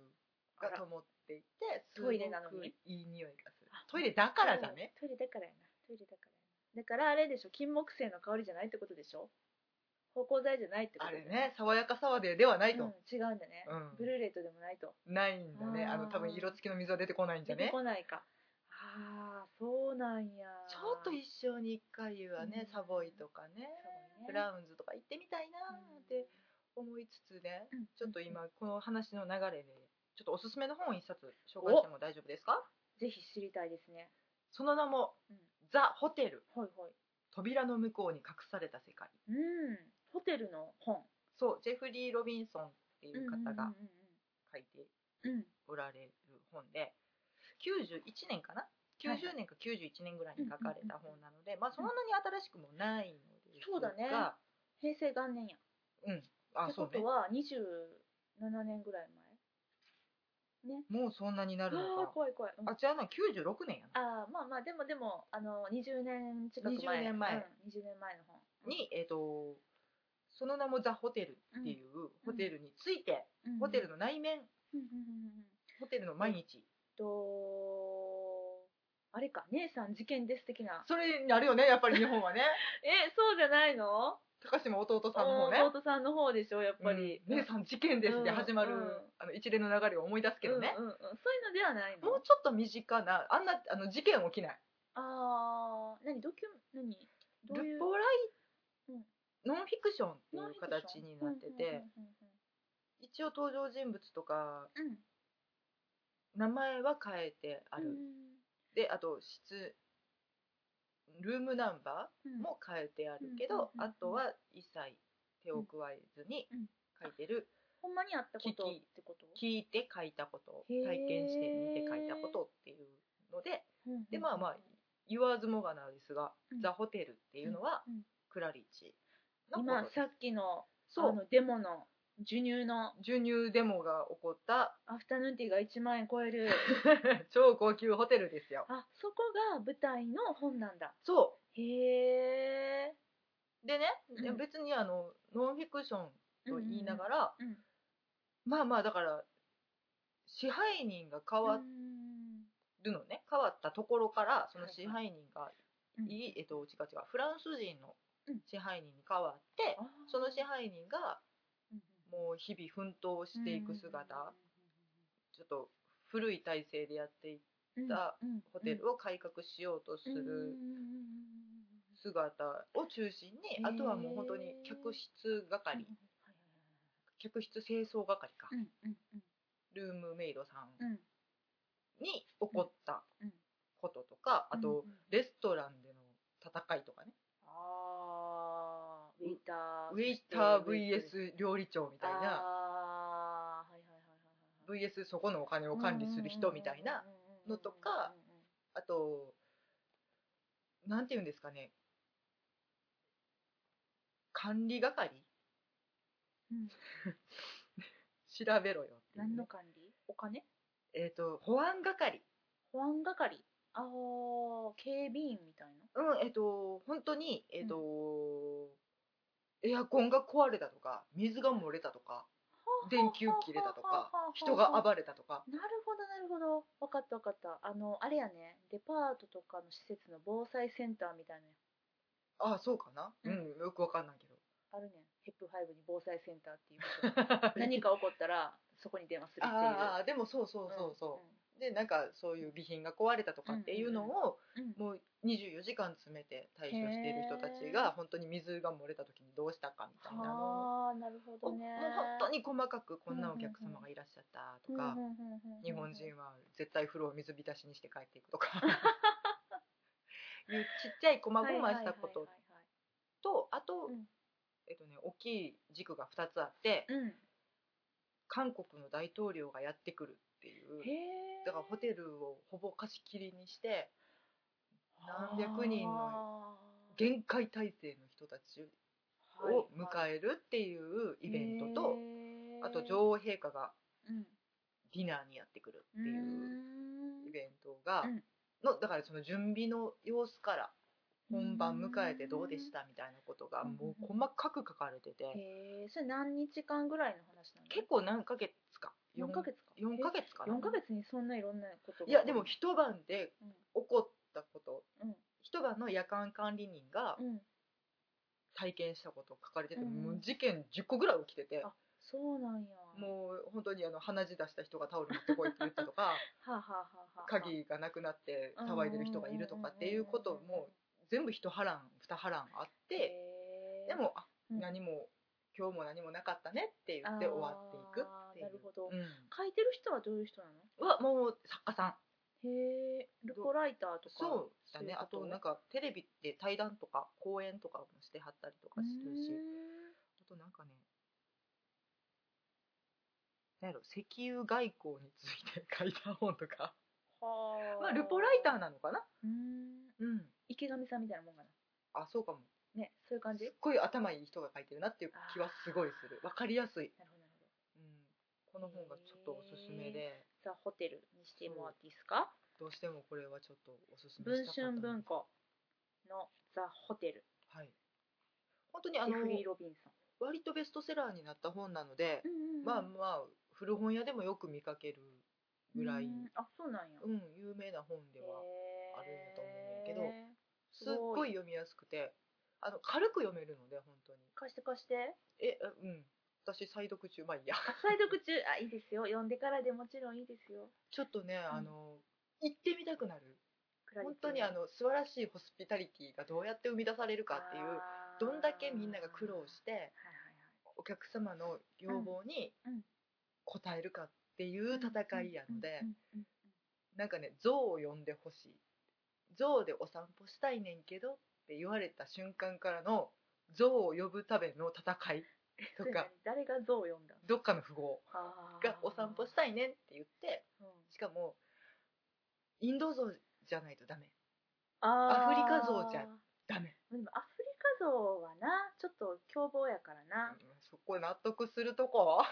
Speaker 2: が灯っていて、すご
Speaker 1: ト
Speaker 2: く
Speaker 1: イレなのに
Speaker 2: いい匂いがするトイレだからじゃね
Speaker 1: そうトイレだからやなトイレだからやなだからあれでしょ金木犀の香りじゃないってことでしょ芳香剤じゃないってこと
Speaker 2: あ
Speaker 1: だよ
Speaker 2: れね爽やかさはでではな
Speaker 1: う
Speaker 2: い
Speaker 1: ん
Speaker 2: と、
Speaker 1: 違うんだね
Speaker 2: うん
Speaker 1: ブルーレイトでもないと
Speaker 2: ないんだね
Speaker 1: あー
Speaker 2: あの多分色付きの水は出てこないんじ
Speaker 1: 出
Speaker 2: ゃ
Speaker 1: て
Speaker 2: ね
Speaker 1: こないかああそうなんや
Speaker 2: ちょっと一生に一回はね、
Speaker 1: うん
Speaker 2: サボイとかね
Speaker 1: そうね
Speaker 2: ブラウンズとか行ってみたいなーって思いつつね、
Speaker 1: うん
Speaker 2: ちょっと今この話の流れでちょっとおすすめの本を一冊紹介しても大丈夫ですか
Speaker 1: ぜひ知りたいですね
Speaker 2: その名も、
Speaker 1: うん
Speaker 2: ザ・ホテル
Speaker 1: はいはい
Speaker 2: 扉の向こうに隠された世界
Speaker 1: うんホテルの本
Speaker 2: そうジェフリー・ロビンソンっていう方が書いて
Speaker 1: うんうんうんうん
Speaker 2: おられる本で91年かな
Speaker 1: はい
Speaker 2: 90年か91年ぐらいに書かれた本なので、まあ、そんなに新しくもないのですが
Speaker 1: そうだね平成元年やっ
Speaker 2: あ
Speaker 1: て
Speaker 2: そ
Speaker 1: こ
Speaker 2: うね
Speaker 1: とは27年ぐらい
Speaker 2: もうそんなになる
Speaker 1: 前
Speaker 2: の
Speaker 1: ああ
Speaker 2: か
Speaker 1: 怖い怖い、うん
Speaker 2: あじゃあな96年やな
Speaker 1: ああまあまあでもでもあの20年近く前
Speaker 2: 20年前
Speaker 1: うん、20年前の本
Speaker 2: に、えー、とその名も「ザ・ホテル」っていうホテルについて、
Speaker 1: うん
Speaker 2: ホテルの内面
Speaker 1: うんうんうんうん
Speaker 2: ホテルの毎日、
Speaker 1: とあれか姉さん事件です的な
Speaker 2: それになるよねやっぱり日本はね
Speaker 1: えそうじゃないの
Speaker 2: 高島弟さんの方ね
Speaker 1: うん弟さんの方でしょやっぱり、
Speaker 2: うん姉さん事件ですで始まる、
Speaker 1: うんうん
Speaker 2: あの一連の流れを思い出すけどね、
Speaker 1: うんうんうん、そういうのではないの
Speaker 2: もうちょっと身近なあんなあの事件起きない
Speaker 1: ああ何ドキュ何どうい
Speaker 2: ル
Speaker 1: う
Speaker 2: ポライ、
Speaker 1: うん
Speaker 2: ノンフィクションってい
Speaker 1: ノン
Speaker 2: う
Speaker 1: フィクション
Speaker 2: 形になってて、
Speaker 1: うんうん
Speaker 2: 一応登場人物とか
Speaker 1: うんうんうん
Speaker 2: 名前は変えてある、であと室ルームナンバ
Speaker 1: うん
Speaker 2: ーも変えてあるけ
Speaker 1: うんうん
Speaker 2: ど、
Speaker 1: うんうん
Speaker 2: あとは一切手を加えずに
Speaker 1: うん
Speaker 2: 書いてる、
Speaker 1: ほんまにあったことっ
Speaker 2: 聞き
Speaker 1: てこと
Speaker 2: 聞いて書いたこと
Speaker 1: へー
Speaker 2: 体験してみて書いたことっていうので
Speaker 1: うんうん
Speaker 2: でまあまあ言わずもがなですが、
Speaker 1: うん
Speaker 2: ザ・ホテルっていうのは、
Speaker 1: うんうん
Speaker 3: クラリッチの頃
Speaker 1: 今
Speaker 3: です
Speaker 1: さっきの
Speaker 3: そ
Speaker 1: あ
Speaker 3: う
Speaker 1: のデモの授乳の
Speaker 2: 授乳デモが起こった
Speaker 1: アフタヌーンティーが1万円超える
Speaker 2: 超高級ホテルですよ
Speaker 1: あそこが舞台の本なんだ
Speaker 3: そう
Speaker 1: へえ
Speaker 2: でね、で
Speaker 1: うん
Speaker 2: 別にあのノンフィクションと言いながら、
Speaker 1: うん
Speaker 2: まあまあだから支配人が変わるのね変わったところからその支配人が
Speaker 1: いはい
Speaker 2: いえっと、違う違うフランス人の支配人に変わって、その支配人がもう日々奮闘していく姿、ちょっと古い体制でやっていたホテルを改革しようとする姿を中心に、
Speaker 1: うん
Speaker 2: あとはもう本当に客室係、客室清掃係か、ルームメイドさんに起こった
Speaker 1: うん
Speaker 2: こととか、あとレストランでの戦いとかね、
Speaker 1: あーウェイター
Speaker 2: ウェイター VS 料理長みたいな
Speaker 1: あーはいはいはいはいはい
Speaker 2: VS そこのお金を管理する人みたいな、のとかあとなんていうんですかね管理係
Speaker 1: うん
Speaker 2: 調べろよっていうね
Speaker 1: 何の管理お金
Speaker 2: えっ、と保安係
Speaker 1: 保安係あー警備員みたいな
Speaker 2: うんえっ、と本当にえっ、と、エアコンが壊れたとか水が漏れたとか電球切れたとか人が
Speaker 1: れ
Speaker 2: 暴れたとか
Speaker 1: なるほどなるほど分かった分かったあのあれやねデパートとかの施設の防災センターみたいなや
Speaker 2: ああそうかなう、
Speaker 1: うん
Speaker 2: よくわかんないけど
Speaker 1: あるねんヘップファイブに防災センターっていう場所 何か起こったらそこに電話するっていう
Speaker 2: ああでもそうそうそうそう、でなんかそういう備品が壊れたとかっていうのを、
Speaker 1: うんうんうん
Speaker 2: もう24時間詰めて対処している人たちが本当に水が漏れた時にどうしたかみたいなのを
Speaker 1: はあなるほ
Speaker 2: お
Speaker 1: ど
Speaker 2: もう
Speaker 1: ね
Speaker 2: 本当に細かくこんなお客様がいらっしゃったとか、
Speaker 1: うんうんうんうんうん
Speaker 2: 日本人は絶対風呂を水浸しにして帰ってい くとかいうちっちゃい細々したこと
Speaker 1: はいはい
Speaker 2: とあと、
Speaker 1: うん
Speaker 2: えっとね、大きい軸が2つあって、
Speaker 1: はいはいうん
Speaker 2: 韓国の大統領がやってくるっていう。
Speaker 1: へえ
Speaker 2: だからホテルをほぼ貸し切りにして何百人の限界体制の人たちを迎
Speaker 1: え
Speaker 2: えるっていうイベントと、あと
Speaker 1: 王
Speaker 2: 女王陛下が
Speaker 1: っ
Speaker 2: ディナーにやってくるっていうイベント
Speaker 1: う
Speaker 2: が
Speaker 1: ん
Speaker 2: のだからその準備の様子から本番迎えてどうでしたみたいなことが
Speaker 1: うん
Speaker 2: もう細かく書かれてて
Speaker 1: へえそれ何日間ぐらいの話なの
Speaker 2: 結構何ヶ月か
Speaker 1: 4ヶ月か
Speaker 2: 4ヶ月かな
Speaker 1: 4ヶ月にそんないろんなことが
Speaker 2: いやでも一晩で
Speaker 1: うん
Speaker 2: 起こったこと
Speaker 1: うん
Speaker 2: 一晩の夜間管理人が
Speaker 1: うん
Speaker 2: 体験したこと書かれてて、
Speaker 1: うん
Speaker 2: もう事件10個ぐらい起きてて
Speaker 1: あそうなんや
Speaker 2: もう本当にあの鼻血出した人がタオル持ってこいって言ったと か
Speaker 1: はあはあはあはあ
Speaker 2: 鍵がなくなって騒いでる人がいるとかっていうことも全部一波乱二波乱あって
Speaker 1: へえ
Speaker 2: でもあ
Speaker 1: うん
Speaker 2: 何も今日も何もなかったねって言って終わっていくっていう。
Speaker 1: あーなるほど
Speaker 2: うん
Speaker 1: 書いてる人はどういう人なの
Speaker 2: はもう作家さん
Speaker 1: へえルポライターとか
Speaker 2: そうだねあとなん
Speaker 1: か
Speaker 2: かテレビで対談とか講演とかもしてはったりとかするしあとなんかね、なんやろ、石油外交について 書いた本とか、
Speaker 1: は
Speaker 2: まあ、ルポライター
Speaker 1: な
Speaker 2: なのかな
Speaker 1: うん
Speaker 2: うん。
Speaker 1: 池上さんみたいなもんか
Speaker 2: あ、そうかも。
Speaker 1: なねそういう感
Speaker 2: す
Speaker 1: じ
Speaker 2: っごい頭いい人が書いてるなっていう気はすごいする。わかりやすい。
Speaker 1: なるほどなるほど
Speaker 2: うん。この本がちょっとおすすめで、
Speaker 1: さあホテルにしてもらっていいですか
Speaker 2: どうしてもこれはちょっとおすすめ
Speaker 1: 文
Speaker 2: したかっ
Speaker 1: 春
Speaker 2: たな。
Speaker 1: 文庫のザ・ホテル
Speaker 2: はい。本当にあ
Speaker 1: ジ
Speaker 2: の
Speaker 1: ェ、フリー・ロビンソン
Speaker 2: 割とベストセラーになった本なので、
Speaker 1: うんうんうん
Speaker 2: まあまあ、古本屋でもよく見かけるぐらい、
Speaker 1: う
Speaker 2: うん
Speaker 1: あそうなんや
Speaker 2: ん、有名な本ではあるんだと思うんやけど
Speaker 1: へえ
Speaker 2: すっごい読みやすくてあの軽く読めるので本当に
Speaker 1: 貸して貸して
Speaker 2: えあうん私再読中まあいいや
Speaker 1: あ再読中あいいですよ読んでからでもちろんいいですよ
Speaker 2: ちょっとね、あの行ってみたくなる
Speaker 1: クラリッ
Speaker 2: 本
Speaker 1: チ
Speaker 2: 当にあの素晴らしいホスピタリティがどうやって生み出されるかっていう
Speaker 1: あー
Speaker 2: どんだけみんなが苦労して
Speaker 1: はいはいはい
Speaker 2: お客様の要望に
Speaker 1: うんうん
Speaker 2: 応えるかっていう戦いやので、
Speaker 1: うんうん
Speaker 2: なんかね象を呼んでほしい象でお散歩したいねんけどって言われた瞬間からの象を呼ぶための戦い
Speaker 1: そ
Speaker 2: と
Speaker 1: うや
Speaker 2: か
Speaker 1: ね誰が像を読んだ、
Speaker 2: どっかの富豪がお散歩したたいねんって言って
Speaker 1: うん
Speaker 2: しかもインド像じゃないとダメ
Speaker 1: あー
Speaker 2: アフリカ像じゃダメ
Speaker 1: でもアフリ画像はなちょっと凶暴やからな、
Speaker 2: そこ納得すると こ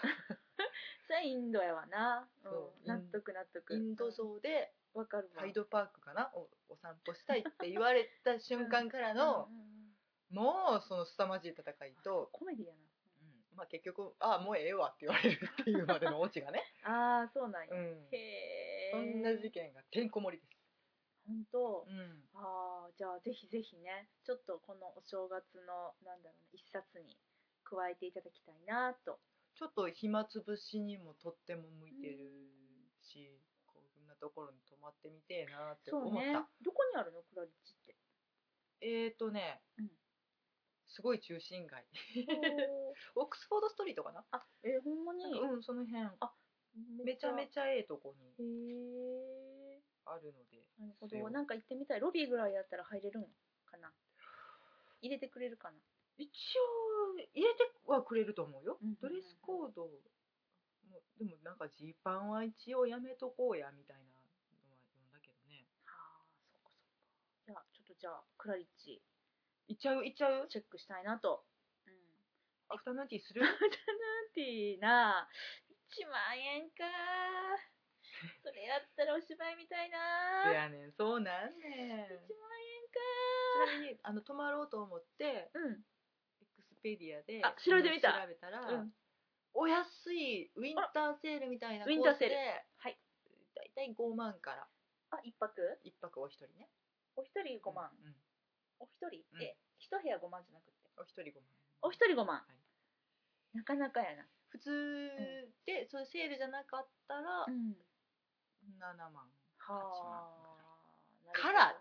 Speaker 1: それインドやわな、うん
Speaker 2: そう
Speaker 1: 納得納得
Speaker 2: インド像で
Speaker 1: わかるわ
Speaker 2: サイドパークかなおお散歩したいって言われた瞬間からの
Speaker 1: うんうんうん
Speaker 2: もうその凄まじい戦いと、
Speaker 1: コメディや
Speaker 2: うんまあ、結局「ああもうええわ」って言われるっていうまでのオチ がね、
Speaker 1: なああそうなんや、
Speaker 2: うん、
Speaker 1: へえ
Speaker 2: そんな事件がてんこ盛りです、
Speaker 1: 本当、
Speaker 2: うん、
Speaker 1: ああじゃあぜひぜひねちょっとこのお正月のなんだろうな一冊に加えていただきたいなと
Speaker 2: ちょっと暇つぶしにもとっても向いてるし、こんなところに泊まってみてえなって
Speaker 1: そ
Speaker 2: 思
Speaker 1: う
Speaker 2: った、
Speaker 1: ねどこにあるのクラリッチ って
Speaker 2: えーとね、
Speaker 1: うん
Speaker 2: すごい中心街
Speaker 1: おー
Speaker 2: オックスフォードストリートかな
Speaker 1: あえー、ほんまに
Speaker 2: うんその辺めちゃめ
Speaker 1: ゃ
Speaker 2: ちゃええとこに
Speaker 1: へえ
Speaker 2: あるので
Speaker 1: なるほ
Speaker 2: そう
Speaker 1: どなんか行ってみたいロビーぐらいやったら入れるんかな入れてくれるかな
Speaker 2: 一応入れてはくれると思うよ、
Speaker 1: うんうんうん
Speaker 2: ドレスコードもでもなんかジーパンは一応やめとこうやみたいなのは読んだけどね
Speaker 1: はあそっかそっかいやちょっとじゃあクラリッチ
Speaker 2: いっちゃういっちゃう
Speaker 1: チェックしたいなとうん
Speaker 2: アフタヌーンティーする
Speaker 1: アフタヌーンティーな1万円かそれやったらお芝居みたい
Speaker 2: い
Speaker 1: な1万円か
Speaker 2: やねんそうなんねんちなみにあの泊まろうと思って
Speaker 1: うん
Speaker 2: エクスペディアで
Speaker 1: あ調べてみた
Speaker 2: 調べたら、
Speaker 1: うん
Speaker 2: お安いウィンターセールみたいな
Speaker 1: あらウィンターセール
Speaker 2: コ
Speaker 1: は
Speaker 2: ー
Speaker 1: い
Speaker 2: スでだいたい5万から
Speaker 1: あ一泊
Speaker 2: 1泊お一人ね
Speaker 1: お一人5万、
Speaker 2: うんうん
Speaker 1: お一人って一部屋5万じゃなくて
Speaker 2: お一人5万
Speaker 1: お一人5万、
Speaker 2: は
Speaker 1: なかなかやな
Speaker 2: 普通で、そういうセールじゃなかったら
Speaker 1: ん
Speaker 2: 7万
Speaker 1: はあ
Speaker 2: 八万ぐらい
Speaker 1: なるほど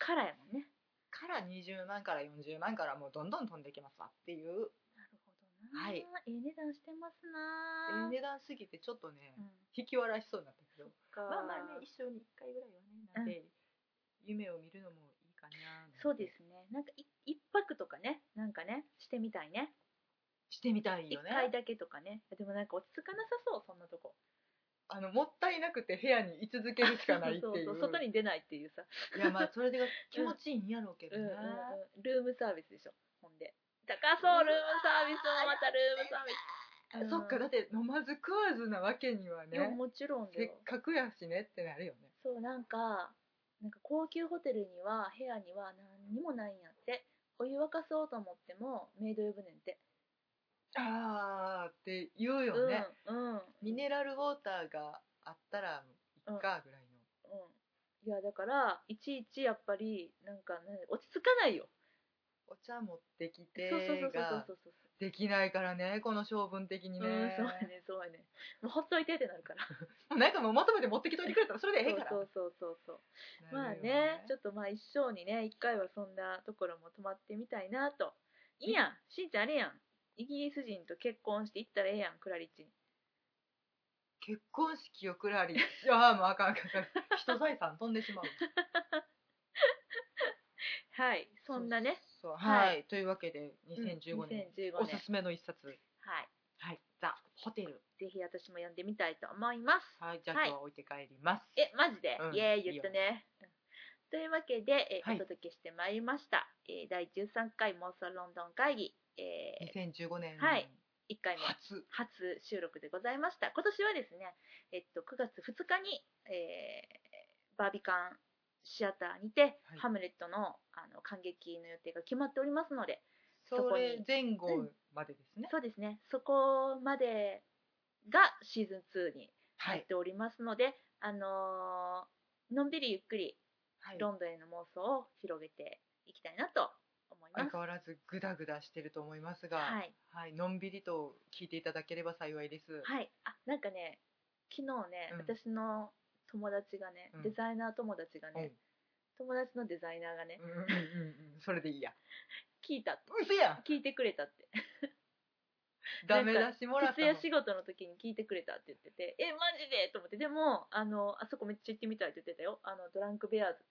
Speaker 1: からやもんね
Speaker 2: から20万から40万からもうどんどん飛んできますわっていう
Speaker 1: なるほどな、
Speaker 2: はい
Speaker 1: ええ値段してます
Speaker 2: え
Speaker 1: な
Speaker 2: ー値段すぎてちょっとね、
Speaker 1: うん
Speaker 2: 引き笑いしそうになったけど
Speaker 1: か
Speaker 2: まあまあね一生に1回ぐらいはねなんで、夢を見るのもいいかな
Speaker 1: そうですねなんかい一泊とかねなんかねしてみたいね
Speaker 2: してみたい
Speaker 1: 一
Speaker 2: よね
Speaker 1: 回だけとかねでもなんか落ち着かなさそうそんなとこ
Speaker 2: あのもったいなくて部屋に居続けるしかないってい
Speaker 1: そ
Speaker 2: う
Speaker 1: うそうそう外に出ないっていうさ、
Speaker 2: いやまあそれで気持ちいいんやろうけど
Speaker 1: うん
Speaker 2: ね、
Speaker 1: うんうん、ルームサービスでしょほんで高そうルームサービスもまたルームサービス
Speaker 2: そっかだ
Speaker 1: っ
Speaker 2: って飲まず食わずなわけには
Speaker 1: て、いや
Speaker 2: ね
Speaker 1: もちろんだ
Speaker 2: せっ
Speaker 1: よ
Speaker 2: かくやしねってなるよね
Speaker 1: そうなんかなんか高級ホテルには部屋には何にもないんやってお湯沸かそうと思ってもメイド呼ぶねんって
Speaker 2: あーって言うよね、
Speaker 1: うんうん
Speaker 2: ミネラルウォーターがあったらいっかぐらいの、
Speaker 1: うん、いやだからいちいちやっぱりなんか、ね、落ち着かないよ、
Speaker 2: お茶持ってきて
Speaker 1: そうそうそうそう
Speaker 2: が
Speaker 1: そうそう
Speaker 2: できないからねこの性分的にね、
Speaker 1: うんそうやねそうやねもうほっといてってなるから
Speaker 2: もうなんかもうまとめて持ってきといてくれたらそれでええから
Speaker 1: そうそうそうそうそうまあ
Speaker 2: なる
Speaker 1: ね
Speaker 2: よ
Speaker 1: ちょっとまあ一生にね一回はそんなところも泊まってみたいなといいやんしんちゃんあれやんイギリス人と結婚して行ったらええやんクラリッチに
Speaker 2: 結婚式をくらりああもうあかんあかんあかん 人財産飛んでしまう
Speaker 1: はいそんなね
Speaker 2: そう
Speaker 1: は
Speaker 2: はいい、というわけで
Speaker 1: うん
Speaker 2: 2015年、
Speaker 1: 2015
Speaker 2: お
Speaker 1: 年
Speaker 2: すすめの一冊
Speaker 1: はい
Speaker 2: はいザ・ホテル
Speaker 1: ぜひ私も読んでみたいと思います
Speaker 2: はいじゃあ
Speaker 1: はい
Speaker 2: 今日は置いて帰ります、
Speaker 1: え、マジで、
Speaker 2: うん
Speaker 1: イエーイ
Speaker 2: いい
Speaker 1: 言っ
Speaker 2: よ
Speaker 1: たね。うんというわけで、え
Speaker 2: はい
Speaker 1: お届けしてまいりました、えー第13回妄想ロンドン会議、え
Speaker 2: 2015年
Speaker 1: はい1回目
Speaker 2: 初
Speaker 1: 初収録でございました今年はですね、えっと、9月2日に、えーバービカンシアターにて、
Speaker 2: はい
Speaker 1: ハムレットのあの感激の予定が決まっておりますのでそこ
Speaker 2: そ
Speaker 1: に
Speaker 2: れ前
Speaker 1: う
Speaker 2: 後までですね、
Speaker 1: そうですねそこまでがシーズン2に
Speaker 2: は
Speaker 1: 入っ
Speaker 2: い、
Speaker 1: ておりますので、あのーのんびりゆっくり
Speaker 2: はい、
Speaker 1: ロンドンへの妄想を広げていきたいなと思います。
Speaker 2: 相変わらずグダグダしてると思いますが、
Speaker 1: は
Speaker 2: はいいのんびりと聞いていただければ幸いです。
Speaker 1: はい、あなんかね昨日ね、
Speaker 2: うん
Speaker 1: 私の友達がね、
Speaker 2: うん
Speaker 1: デザイナー友達が
Speaker 2: うん
Speaker 1: ね、友達のデザイナーがね、
Speaker 2: うんうんうんうん、それでいいや。
Speaker 1: 聞いたって
Speaker 2: うそやん
Speaker 1: 聞いてくれたって
Speaker 2: ダメ出しもらった
Speaker 1: 徹
Speaker 2: の
Speaker 1: 夜仕事の時に聞いてくれたって言っててえマジでと思ってでもあのあそこめっちゃ行ってみたいって言ってたよあのドランクベアーズ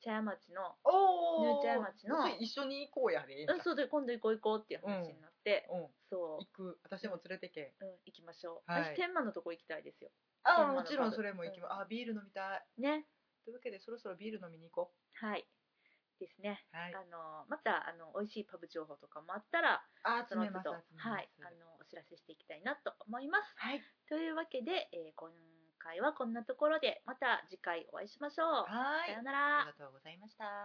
Speaker 1: 茶屋町の
Speaker 2: おー
Speaker 1: ヌーチャー町の
Speaker 2: うそや一緒に行こうやで。
Speaker 1: うんそうで今度行こう行こうっていう話になって、
Speaker 2: うん。
Speaker 1: そ
Speaker 2: 行く。私も連れてけ。
Speaker 1: う、うん、行きましょう、
Speaker 2: はい
Speaker 1: 私天満のとこ行きたいですよ
Speaker 2: あ
Speaker 1: うん
Speaker 2: あ、もちろんそれも行きま
Speaker 1: うん
Speaker 2: あ、ビール飲みたい。
Speaker 1: ね
Speaker 2: というわけで、そろそろビール飲みに行こう。
Speaker 1: はい。ですね。
Speaker 2: はい
Speaker 1: あのまたあの美味しいパブ情報とかもあったら、
Speaker 2: あ
Speaker 1: その都度はいあ
Speaker 2: はい
Speaker 1: のお知らせしていきたいなと思います。
Speaker 2: はい、
Speaker 1: というわけで、えー今回はこんなところでまた次回お会いしましょう。さようなら。
Speaker 2: ありがとうございました